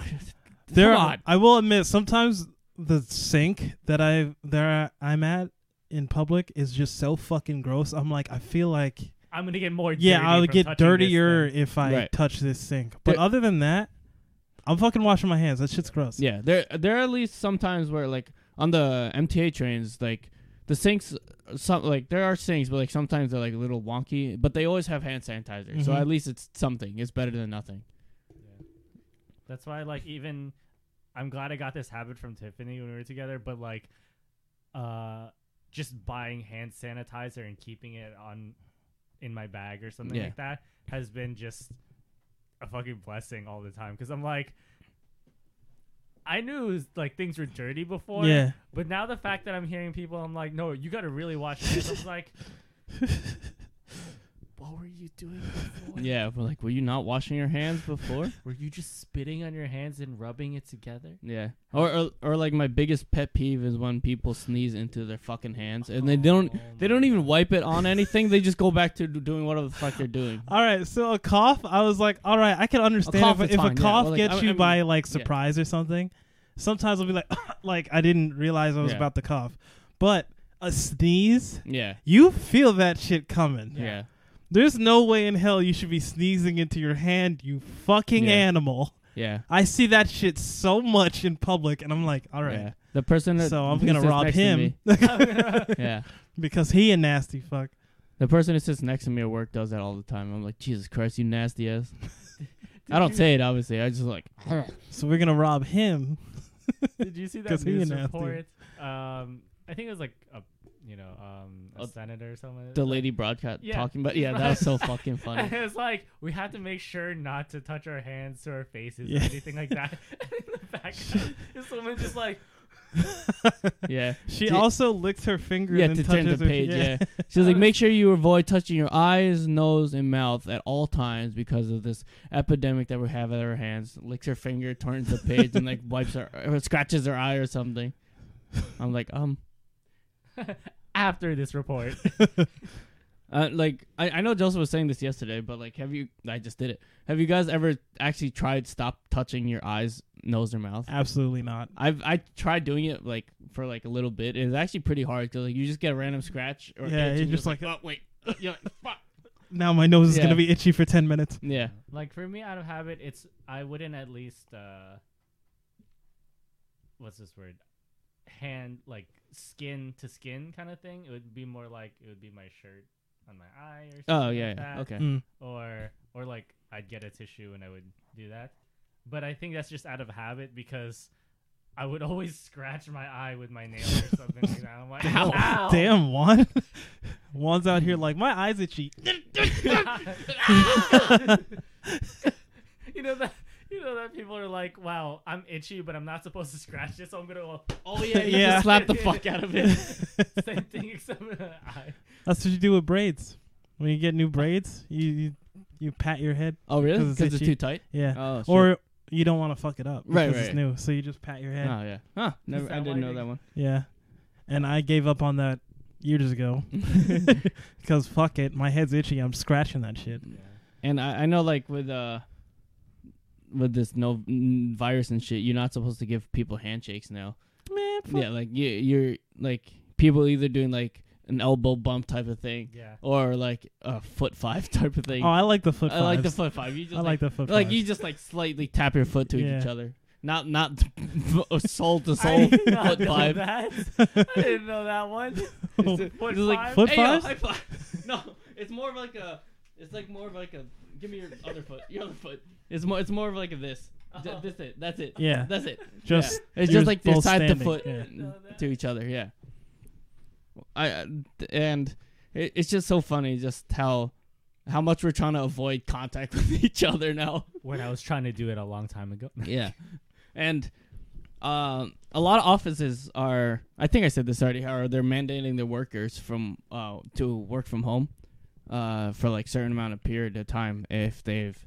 There Come are, on. I will admit, sometimes the sink that I there I'm at in public is just so fucking gross. I'm like, I feel like I'm gonna get more. yeah, dirty I'll from get touching this dirtier thing. if I Right. touch this sink. But There- other than that, I'm fucking washing my hands. That shit's gross. Yeah, there there are at least sometimes where like on the MTA trains, like the sinks, some like there are sinks, but like sometimes they're like a little wonky. But they always have hand sanitizer, so Mm-hmm. Mhm. at least it's something. It's better than nothing. That's why, like, even I'm glad I got this habit from Tiffany when we were together. But like, uh, just buying hand sanitizer and keeping it on in my bag or something Yeah. like that has been just a fucking blessing all the time. Because I'm like, I knew like things were dirty before, Yeah. But now the fact that I'm hearing people, I'm like, no, you got to really watch this. I was like, what were you you doing before? Yeah, we're like, were you not washing your hands before? Were you just spitting on your hands and rubbing it together? yeah. Or, or or like my biggest pet peeve is when people sneeze into their fucking hands and they don't Oh they my don't even God. wipe it on anything. They just go back to d- doing whatever the fuck they're doing. All right, so a cough, I was like, all right, I can understand cough if, is if fine, a yeah. cough Well, like, gets I- I you mean- by like yeah. surprise or something. Sometimes I'll be like, like I didn't realize I was Yeah. about to cough, but a sneeze, Yeah. you feel that shit coming. Yeah. Yeah. There's no way in hell you should be sneezing into your hand, you fucking Yeah. animal. Yeah. I see that shit so much in public, and I'm like, all right, The person that so I'm who gonna sits rob next to him me- yeah. because he a nasty fuck. The person that sits next to me at work does that all the time. I'm like, Jesus Christ, you nasty ass. I don't say it obviously. I just like So we're gonna rob him. Did you see that 'Cause he news a nasty. report? Um, I think it was like a, you know, um, a Uh, senator or something. the lady broadcast Yeah. talking about. Yeah, that was so fucking funny. And it's like we have to make sure not to touch our hands to our faces Yeah. or anything like that. and in the background, this woman just like Yeah. She Did- also licked her finger. Yeah, and to then turn the touches her- page. Yeah. She's like, make sure you avoid touching your eyes, nose, and mouth at all times because of this epidemic that we have at our hands. Licks her finger, turns the page, and like wipes her or scratches her eye or something. I'm like, um, after this report. Uh, like I, I know Joseph was saying this yesterday, but like, have you? I just did it. Have you guys ever actually tried stop touching your eyes, nose, or mouth? Absolutely not. I've I tried doing it like for like a little bit. It's actually pretty hard because like you just get a random scratch or Yeah, itch, you're and just like, oh wait, you're like, fuck. Now my nose is Yeah. gonna be itchy for ten minutes. Yeah, Like for me, out of habit, it's I wouldn't at least uh, what's this word? Hand like skin to skin kind of thing. It would be more like it would be my shirt on my eye or something. Oh like yeah. that. yeah. Okay. Mm. or or like I'd get a tissue and I would do that. But I think that's just out of habit because I would always scratch my eye with my nail or something like that. I'm like, Ow. ow. Oh, Damn, Juan. Juan's out here like my eyes itchy. you know that you know that people are like, wow, I'm itchy, but I'm not supposed to scratch this, so I'm gonna go, oh yeah, you Yeah. just Slap the fuck out of it. Same thing except with an eye. That's what you do with braids. When you get new braids, you you, you pat your head. Oh really? 'Cause Because it's, it's itchy. too tight. Yeah. Oh. Shit. or you don't want to fuck it up Right, because it's right. new, so you just pat your Oh head. yeah. Huh. Never. that I didn't know lighting? that one. Yeah. And I gave up on that years ago because fuck it, my head's itchy. I'm scratching that shit. And I, I know, like with uh, with this no n- virus and shit, you're not supposed to give people handshakes now. Man, fuck. Yeah, like you, you're like people either doing like an elbow bump type of thing Yeah. or like a foot five type of thing. Oh, I like the foot. I like the fives. foot five. You just I like the foot. like fives. you just like slightly tap your foot to Yeah. each other. Not not soul to I soul did not foot know five. that. I didn't know that one. Foot It's like, five? Foot hey, yo, fives? high five. No, it's more of like a. It's like more of like a. Give me your other foot. Your other foot. It's more. It's more of like a this. Th- Oh. This it. That's it. Yeah. That's it. Just- Yeah. Uh-huh. It's you're just like they both side to standing, foot yeah. to each other. Yeah. I uh, th- and it, it's just so funny just how how much we're trying to avoid contact with each other now. When I was trying to do it a long time ago. Yeah, and um, a lot of offices are. I think I said this already. Are they're mandating their workers from uh, to work from home uh, for like certain amount of period of time if they've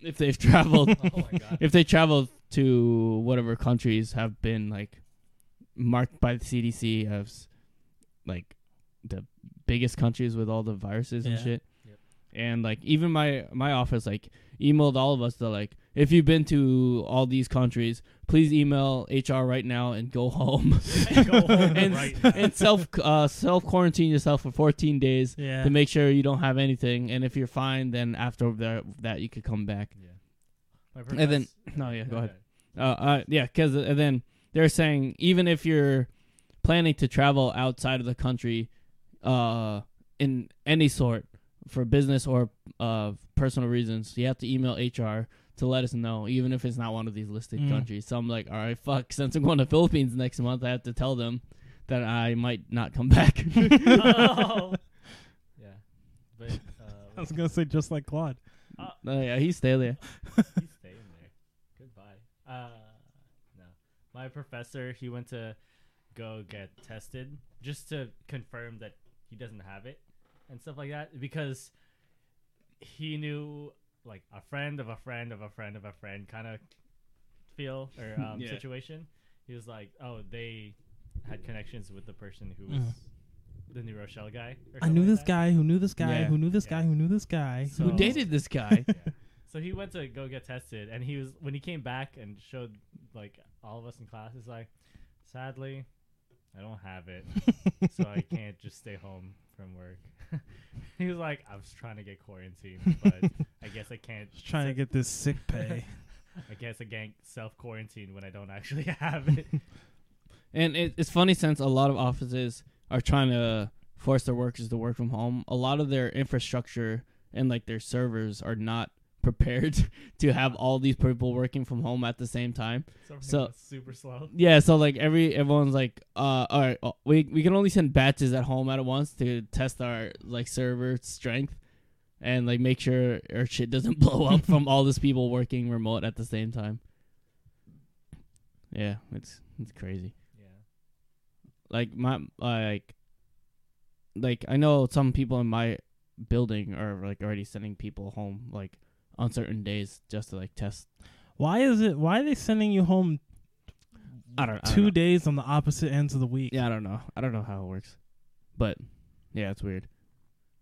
if they've traveled Oh my god. if they travel to whatever countries have been like marked by the CDC as like the biggest countries with all the viruses and Yeah. shit. Yep. And like even my my office like emailed all of us to like if you've been to all these countries, please email HR right now and go home Go home and right now. and self uh, self quarantine yourself for 14 days yeah. to make sure you don't have anything. And if you're fine, then after that that you could come back. Yeah. My And then- profess- no, yeah, go ahead. Okay. Uh, uh yeah, because and then they're saying even if you're planning to travel outside of the country, uh, in any sort for business or uh personal reasons, you have to email HR to let us know, even if it's not one of these listed Mm. countries. So I'm like, all right, fuck. Since I'm going to Philippines next month, I have to tell them that I might not come back. Oh. yeah. But uh, I was gonna say just like Claude. No, yeah, he's still there. he's staying there. Goodbye. Uh, no, my professor he went to go get tested just to confirm that he doesn't have it and stuff like that because he knew like a friend of a friend of a friend of a friend kind of feel or um, Yeah. situation. He was like, oh, they had connections with the person who was the New Rochelle guy. Or Mm-hmm. I something knew like this that. guy who knew this guy Yeah. who knew this Yeah. guy who knew this guy. So- Who dated this guy? yeah. So he went to go get tested, and he was when he came back and showed like all of us in class. He's like, sadly, I don't have it, so I can't just stay home from work. he was like, I was trying to get quarantined, but I guess I can't. Just trying to get this sick pay. I guess I can't self quarantine when I don't actually have it. And it, it's funny since a lot of offices are trying to force their workers to work from home. A lot of their infrastructure and like their servers are not prepared to have all these people working from home at the same time. so, everything So- was super slow. Yeah, so like every everyone's like, uh, all right, well, we we can only send batches at home at once to test our like server strength and like make sure our shit doesn't blow up from all these people working remote at the same time. Yeah, it's it's crazy Yeah. like my like like I know some people in my building are like already sending people home like on certain days just to like test. why is it? Why are they sending you home I don't, I don't two know. days on the opposite ends of the week? Yeah, I don't know. I don't know how it works, but yeah, it's weird.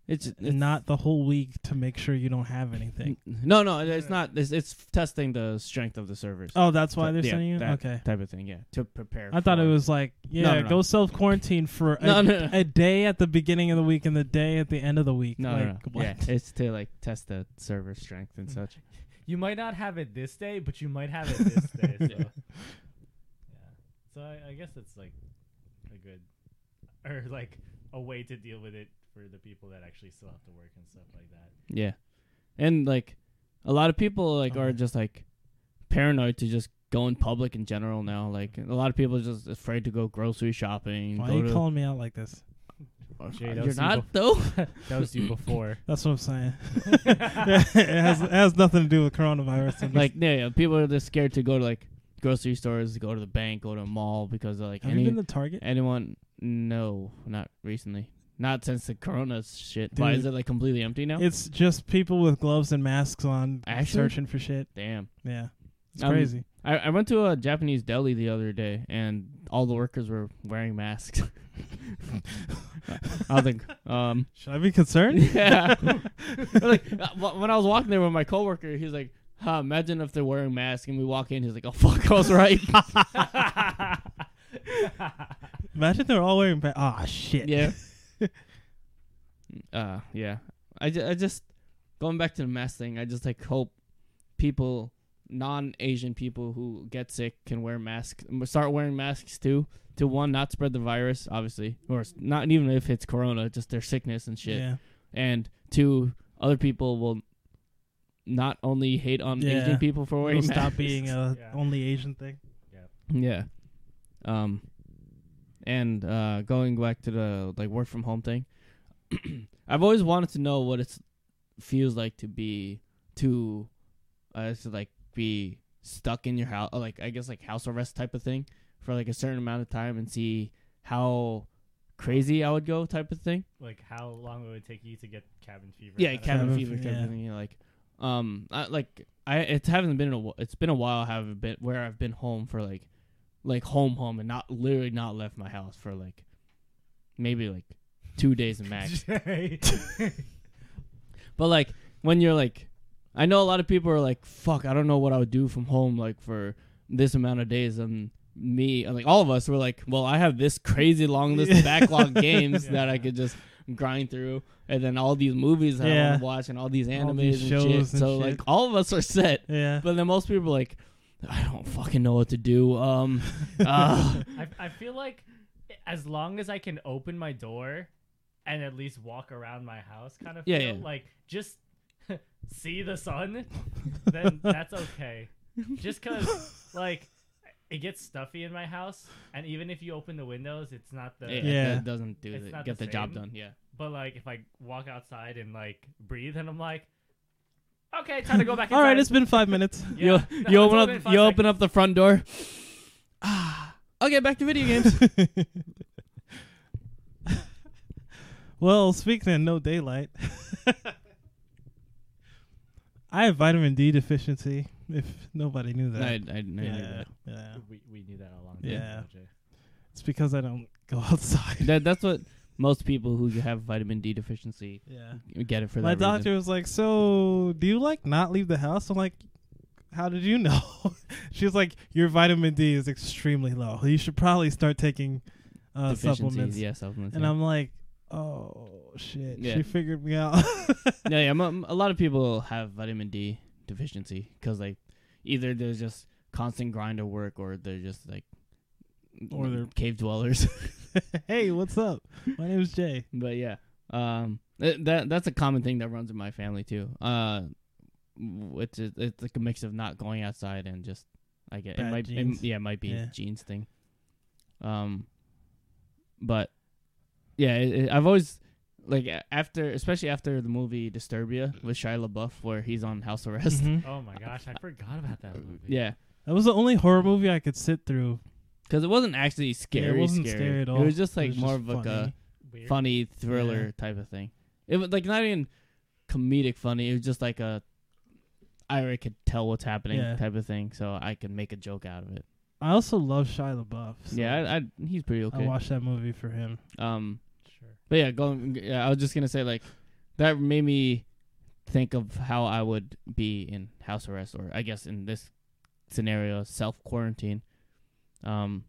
It's, it's not the whole week to make sure you don't have anything. No, no, it's not. It's, it's testing the strength of the servers. Oh, that's why they're Yeah, sending you. that okay. type of thing. Yeah, to prepare. I thought it for- was like, yeah, no, no. go self quarantine for a, No, no. a day at the beginning of the week and the day at the end of the week. No, like, no, no. What? Mm. Yeah, it's to like test the server strength and such. You might not have it this day, but you might have it this day. So, yeah. So I, I guess it's like a good, or like a way to deal with it for the people that actually still have to work and stuff like that. Yeah, and like a lot of people like are Okay. just like paranoid to just go in public in general now. Like a lot of people are just afraid to go grocery shopping. Why go are you to- calling me out like this? Uh, Jay, that You're was you not bef- though. That was you before. That's what I'm saying. it, has, it has nothing to do with coronavirus. I'm like yeah, yeah, people are just scared to go to like grocery stores, go to the bank, go to a mall because of, like just- have any you been to Target? anyone. No, not recently. Not since the Corona shit. Why is it Dude. like completely empty now? It's just people with gloves and masks on Actually? searching for shit. Damn. Yeah. It's Um, crazy. I, I went to a Japanese deli the other day, and all the workers were wearing masks. I was like, um, Should I be concerned? yeah. like uh, wh- when I was walking there with my coworker, he's like, huh, "Imagine if they're wearing masks." And we walk in, he's like, "Oh fuck, I was right." Imagine they're all wearing. Ba- oh shit. yeah. Uh, yeah. I, ju- I just going back to the mask thing. I just like hope people, non-Asian people who get sick, can wear masks. m- Start wearing masks too. To one, not spread the virus, obviously, or s- not even if it's corona, just their sickness and shit. Yeah. And two, other people will not only hate on Yeah. Asian people for wearing It'll masks. stop being a Yeah. only Asian thing. Yeah. Um and uh going back to the like work from home thing. I've always wanted to know what it feels like to be to uh to like be stuck in your house like I guess like house arrest type of thing for like a certain amount of time and see how crazy I would go type of thing. like how long would it take you to get cabin fever? Yeah, kind of cabin Cabin fever, fever, type yeah. of thing. Like, um, I, like I it hasn't been in a wh- it's been a while. Haven't been where I've been home for like, like home home and not literally not left my house for like, maybe like two days Uh, max. Jay. but like when you're like, I know a lot of people are like, fuck, I don't know what I would do from home like for this amount of days and. Me and like all of us were like, well, I have this crazy long list of backlog games that I could just grind through, and then all these movies that I Yeah. want to watch, and all these All animes these and shows shit. and so shit. like all of us are set. Yeah. But then most people are like, I don't fucking know what to do. Um, uh, I, I feel like as long as I can open my door and at least walk around my house, kind of Yeah, feel, yeah. like just see the sun, then that's okay. Just because, like, it gets stuffy in my house, and even if you open the windows, it's not the. yeah, Yeah. that doesn't do It's the, not get the, the job same. done. Yeah, But like, if I walk outside and like breathe, and I'm like, okay, time to go back. All right. It's inside. been five minutes. Yeah. you you No, it's open up only you been five open up the front door. ah, okay, back to video games. well, speaking of no daylight, I have vitamin D deficiency. If nobody knew that, I, I, I knew yeah, that. yeah. We, we knew that a long time Yeah. ago, Jay. It's because I don't go outside. that. That's what most people who have vitamin D deficiency yeah. get it for. that My reason. doctor was like, "So, do you like not leave the house?" I'm like, "How did you know?" she was like, "Your vitamin D is extremely low. You should probably start taking uh, Deficiencies, supplements." Yeah, supplements. And yeah. I'm like, "Oh shit!" Yeah. She figured me out. yeah, yeah. m- a lot of people have vitamin D deficiency because like either there's just constant grind of work, or they're just like Or they're- cave dwellers. hey, what's up? My name's Jay. but yeah, um, th- that that's a common thing that runs in my family too. Uh, which is it's like a mix of not going outside and just I get it Bad might it, genes? yeah it might be Yeah. genes thing. Um, but yeah, it, it, I've always like a- after especially after the movie Disturbia with Shia LaBeouf where he's on house arrest. Mhm. Oh my gosh, I forgot about that movie. Yeah, That was the only horror movie I could sit through. because it wasn't actually scary. wasn't scary. scary at It all. was just It like was more just of like a funny. Weird. funny thriller type of thing. It was like not even comedic funny. It was just like a I already could tell what's happening Yeah. type of thing, so I could make a joke out of it. I also love Shia LaBeouf. so yeah, I, I, he's pretty I okay. watched that movie for him. um, Sure. but yeah, going. Yeah, I was just gonna say like that made me think of how I would be in house arrest, or I guess in this scenario, self quarantine. Um,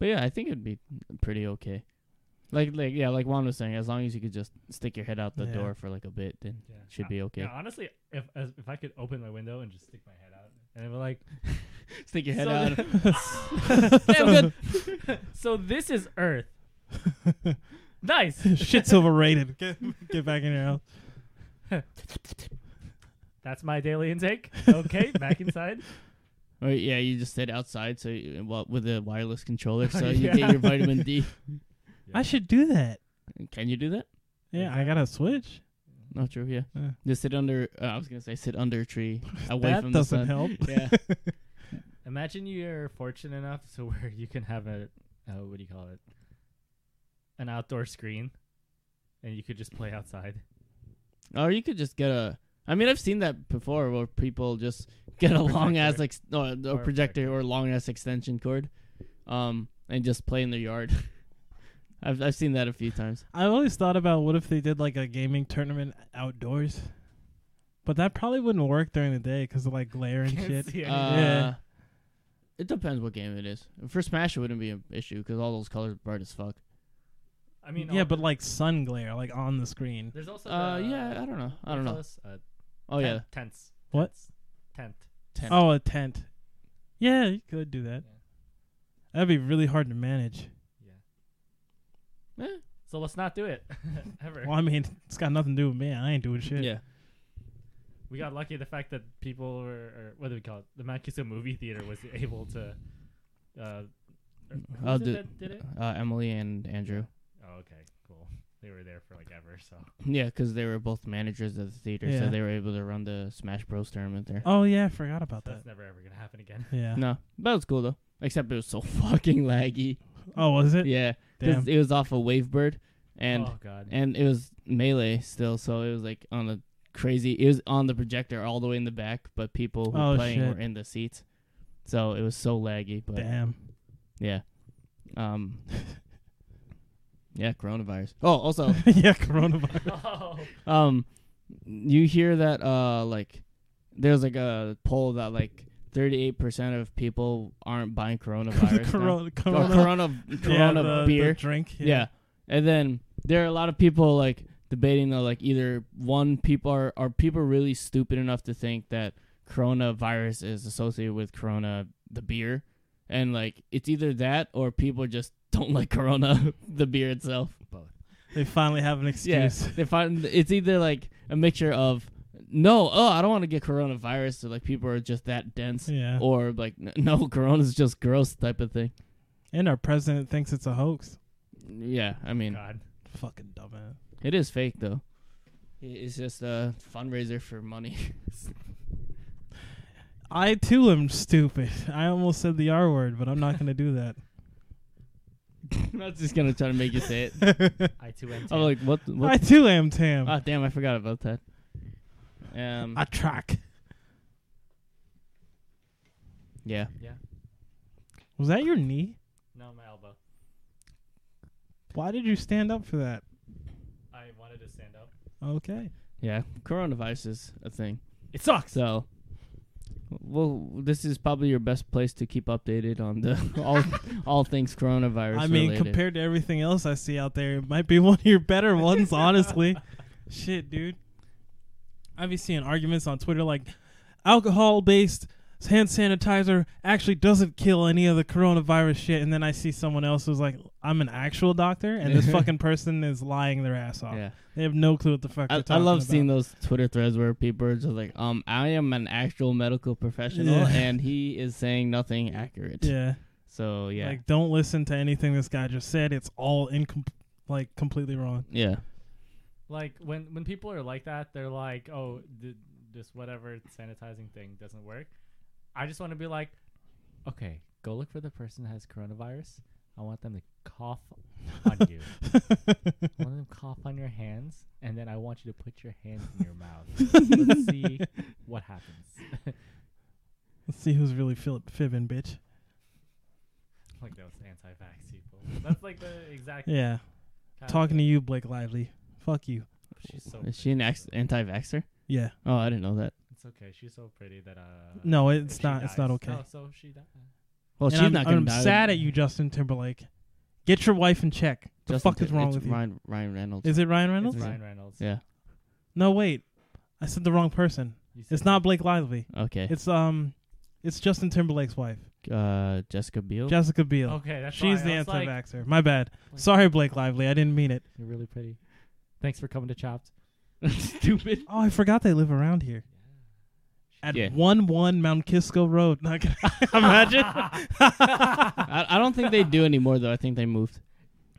but yeah, I think it'd be pretty okay. Like, like, yeah, like Juan was saying, as long as you could just stick your head out the Yeah. door for like a bit, then Yeah. should I- be okay. yeah, honestly, if as, if I could open my window and just stick my head out, and I'm like, Stick your head So out. Damn good. so this is Earth. Nice. Shit's overrated. Get get back in your house. That's my daily intake. Okay, back inside. Or yeah, you just sit outside so you, well, with a wireless controller, so Yeah. you get your vitamin D. I should do that. Can you do that? Yeah, Is I got a switch. Not true. Yeah, Yeah. just sit under. Uh, I was gonna say sit under a tree, away that from the sun. doesn't help. Yeah, Imagine you're fortunate enough to where you can have a, uh, what do you call it? An outdoor screen, and you could just play outside. or you could just get a. I mean, I've seen that before, where people just get a long ass ex- or, or Or a projector, or long ass extension cord, um, and just play in their yard. I've I've seen that a few times. I always thought about what if they did like a gaming tournament outdoors, but that probably wouldn't work during the day because of like glare and Can't shit. see anything. Uh, Yeah. It depends what game it is. For Smash, it wouldn't be an issue because all those colors are bright as fuck. I mean, yeah, all- but like sun glare, like on the screen. there's also Uh, the- yeah, I don't know. I don't know. what's this? Uh, Oh yeah, tent- tents. What? Tents. Tent. tent. Oh, a tent. Yeah, you could do that. Yeah. That'd be really hard to manage. Yeah. Eh. So let's not do it ever. Well, I mean, it's got nothing to do with me. I ain't doing shit. yeah. We got lucky the fact that people were, or what do we call it? The Mancuso movie theater was able to. Uh, or- who I'll was it do- that did it. Uh, Emily and Andrew. Oh, okay, cool. They were there for like ever, so Yeah, because they were both managers of the theater, so Yeah. they were able to run the Smash Bros tournament there. Oh yeah, I forgot about that. that's never ever gonna happen again. Yeah. No, but it was cool though. Except it was so fucking laggy. Oh, was it? Yeah, Damn. because it was off of Wavebird, and oh god, and it was melee still, so it was like on the crazy. It was on the projector all the way in the back, but people who were Oh, playing shit. were in the seats, so it was so laggy. But Damn. yeah, um, yeah, coronavirus. Oh, also, yeah, coronavirus. oh, um you hear that uh like there's like a poll that like 38% of people aren't buying coronavirus corona, now. corona, Or Oh, corona corona yeah, the, beer the drink. yeah. and then there are a lot of people like debating though like either one people are are people really stupid enough to think that coronavirus is associated with corona the beer and like it's either that or people just don't like corona the beer itself They finally have an excuse. yeah, they find it's either like a mixture of no, oh, I don't want to get coronavirus, so like people are just that dense, Yeah. or like n- no, corona's just gross type of thing. And our president thinks it's a hoax. Yeah, I mean god, Fucking dumbass. it is fake though. I- It's just a fundraiser for money. I too am stupid. I almost said the R word, but I'm not gonna do that. I'm not just gonna try to make you say it. I too am. I'm too. like, what? the- what I too am Tam. ah, damn, I forgot about that. Um, I track. Yeah. Was that your knee? No, my elbow. Why did you stand up for that? I wanted to stand up. Okay. Yeah. Coronavirus is a thing. It sucks. So, well, this is probably your best place to keep updated on the all all things coronavirus. I mean, related. compared to everything else I see out there, it might be one of your better ones, honestly. Shit, dude. I be seeing arguments on Twitter like alcohol based hand sanitizer actually doesn't kill any of the coronavirus shit. And then I see someone else who's like, I'm an actual doctor, and this fucking person is lying their ass off. Yeah, They have no clue what the fuck they're I, I talking love about. seeing those Twitter threads where people are just like, "Um, I am an actual medical professional, Yeah. and he is saying nothing accurate." Yeah. So yeah, Like, don't listen to anything this guy just said. It's all incom- like completely wrong. yeah, Like when when people are like that, they're like, "Oh, th- this whatever sanitizing thing doesn't work." I just want to be like, "Okay, go look for the person that has coronavirus. I want them to cough on you. I want them to cough on your hands, and then I want you to put your hands in your mouth. Let's see what happens." Let's see who's really fil- fibbing, bitch. like those anti-vax people. That's like the exact Yeah. kind Talking to you, Blake Lively. Fuck you. Of, she's so. is she an ex- anti-vaxer? Yeah. Oh, I didn't know that. It's okay. She's so pretty that uh. No, if it's she not. It's not dies- okay. Oh, so if she died. Well, And she's I'm, not gonna I'm die. sad at you, Justin Timberlake. Get your wife in check. The Justin fuck is Tim- wrong it's with you? Ryan, Ryan Reynolds. Is it Ryan It's Reynolds? Reynolds? Ryan Reynolds. yeah. No, wait. I said the wrong person. You said It's not Blake Lively. Okay. It's um, it's Justin Timberlake's wife, uh, Jessica Biel. Jessica Biel. Okay, that's She's why. the I was like, anti-vaxer. My bad. Blake- Sorry, Blake Lively. I didn't mean it. You're really pretty. Thanks for coming to Chopped. Stupid. Oh, I forgot they live around here. At Yeah. one one Mount Kisco Road. Not gonna- Imagine. I, I don't think they do anymore though. I think they moved.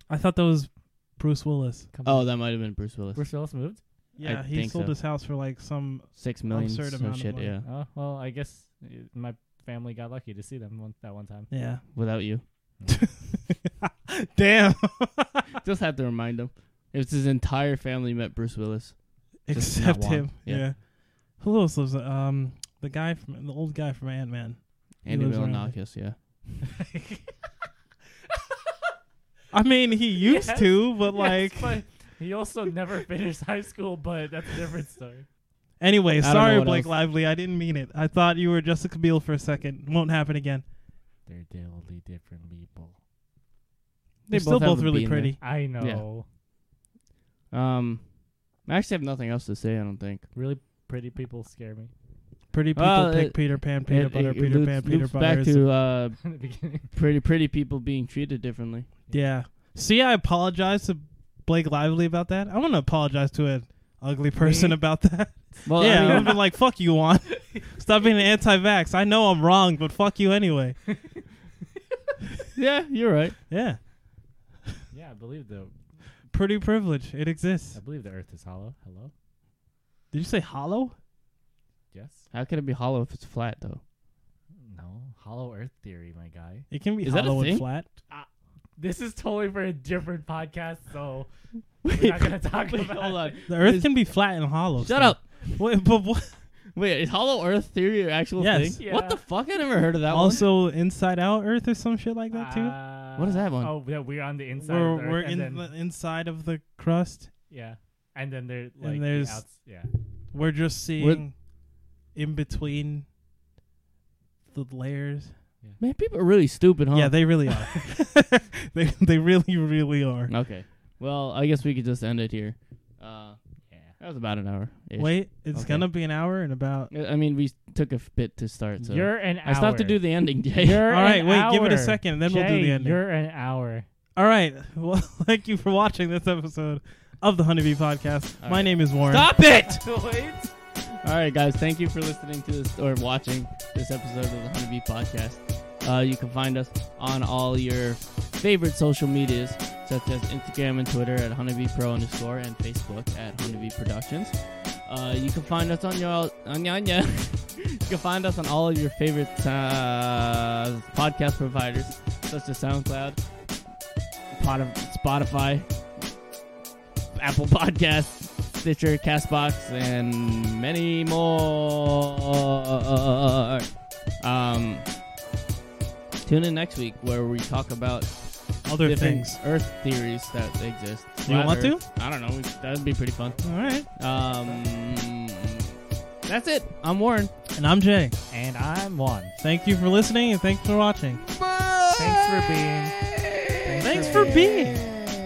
I thought that was Bruce Willis. Come Oh, on. that might have been Bruce Willis. Bruce Willis moved. Yeah, I he think sold so. his house for like some Six million absurd some amount of shit. money. Yeah, Oh well, I guess uh, my family got lucky to see them one, that one time. yeah. without you. Damn. Just have to remind him. It's his entire family met Bruce Willis. Just not Except one. him. Yeah. Yeah. Who else lives? Um, the guy from the old guy from Ant Man. He Andy lives around Milonakis, yeah. I mean, he used Yes. to, but Yes, like. but he also never finished high school. But that's a different story. Anyway, don't know sorry, what Blake else. Lively. I didn't mean it. I thought you were Jessica Biel for a second. Won't happen again. They're totally different people. They They're still both have both a B really in there. pretty. I know. Um, I actually have nothing else to say. I don't think. Really pretty people scare me. Pretty people Well, pick it- Peter Pan, Peter It- Butter, it Peter loops- Pan, Peter loops Butter. back is- to uh, In the beginning. pretty pretty people being treated differently. Yeah. See, I apologize to Blake Lively about that. I want to apologize to an ugly person Me? about that. Well, I yeah, I would mean, have been like, fuck you, Juan. Stop being an anti vax. I know I'm wrong, but fuck you anyway. yeah, you're right. Yeah. Yeah, I believe the Pretty privilege. It I exists. believe the Earth is hollow. Hello. Did you say hollow? Yes. How can it be hollow if it's flat though? No. Hollow Earth theory, my guy. It can be Is that a hollow thing? and flat. This is totally for a different podcast, so we're not gonna talk about. Hold on. The earth Is- can be flat and hollow. Shut up. Wait, but what? Wait, is hollow Earth theory an actual Yes. thing? Yeah. What the fuck? I never heard of that one. also, inside out earth or some shit like that, too? Uh, What is that one? Oh, yeah, we're on the inside. we're of the Earth, we're and in then, the inside of the crust. yeah, and then there like there's- the outs- yeah. We're just seeing in between the layers. Man, people are really stupid, huh? Yeah, they really are. they they really really are. Okay. Well, I guess we could just end it here. Uh, Yeah. that was about an hour. Wait, it's Okay. gonna be an hour and about. I mean, we took a f- bit to start, so You're an hour. I still have to do the ending, Jay. You're All right, an wait, give it a hour. second, then we'll Jay, do the ending. You're an hour. All right, well, thank you for watching this episode of the Honeybee Podcast. All My right. name is Warren. Stop it! Wait. All right, guys, thank you for listening to this or watching this episode of the Honeybee Podcast. Uh, you can find us on all your favorite social medias, such as Instagram and Twitter at Honeybee Pro underscore and Facebook at Honeybee Productions. Uh, you can find us on your on your, on your you can find us on all of your favorite uh, podcast providers, such as SoundCloud, Pod- Spotify, Apple Podcasts, Stitcher, Castbox, and many more. Um, Tune in next week where we talk about Other different things. Earth theories that exist. You want to? Earth. I don't know. That would be pretty fun. All right. Um, that's it. I'm Warren. And I'm Jay. And I'm one. Thank you for listening and thanks for watching. Thanks for being. Thanks for being.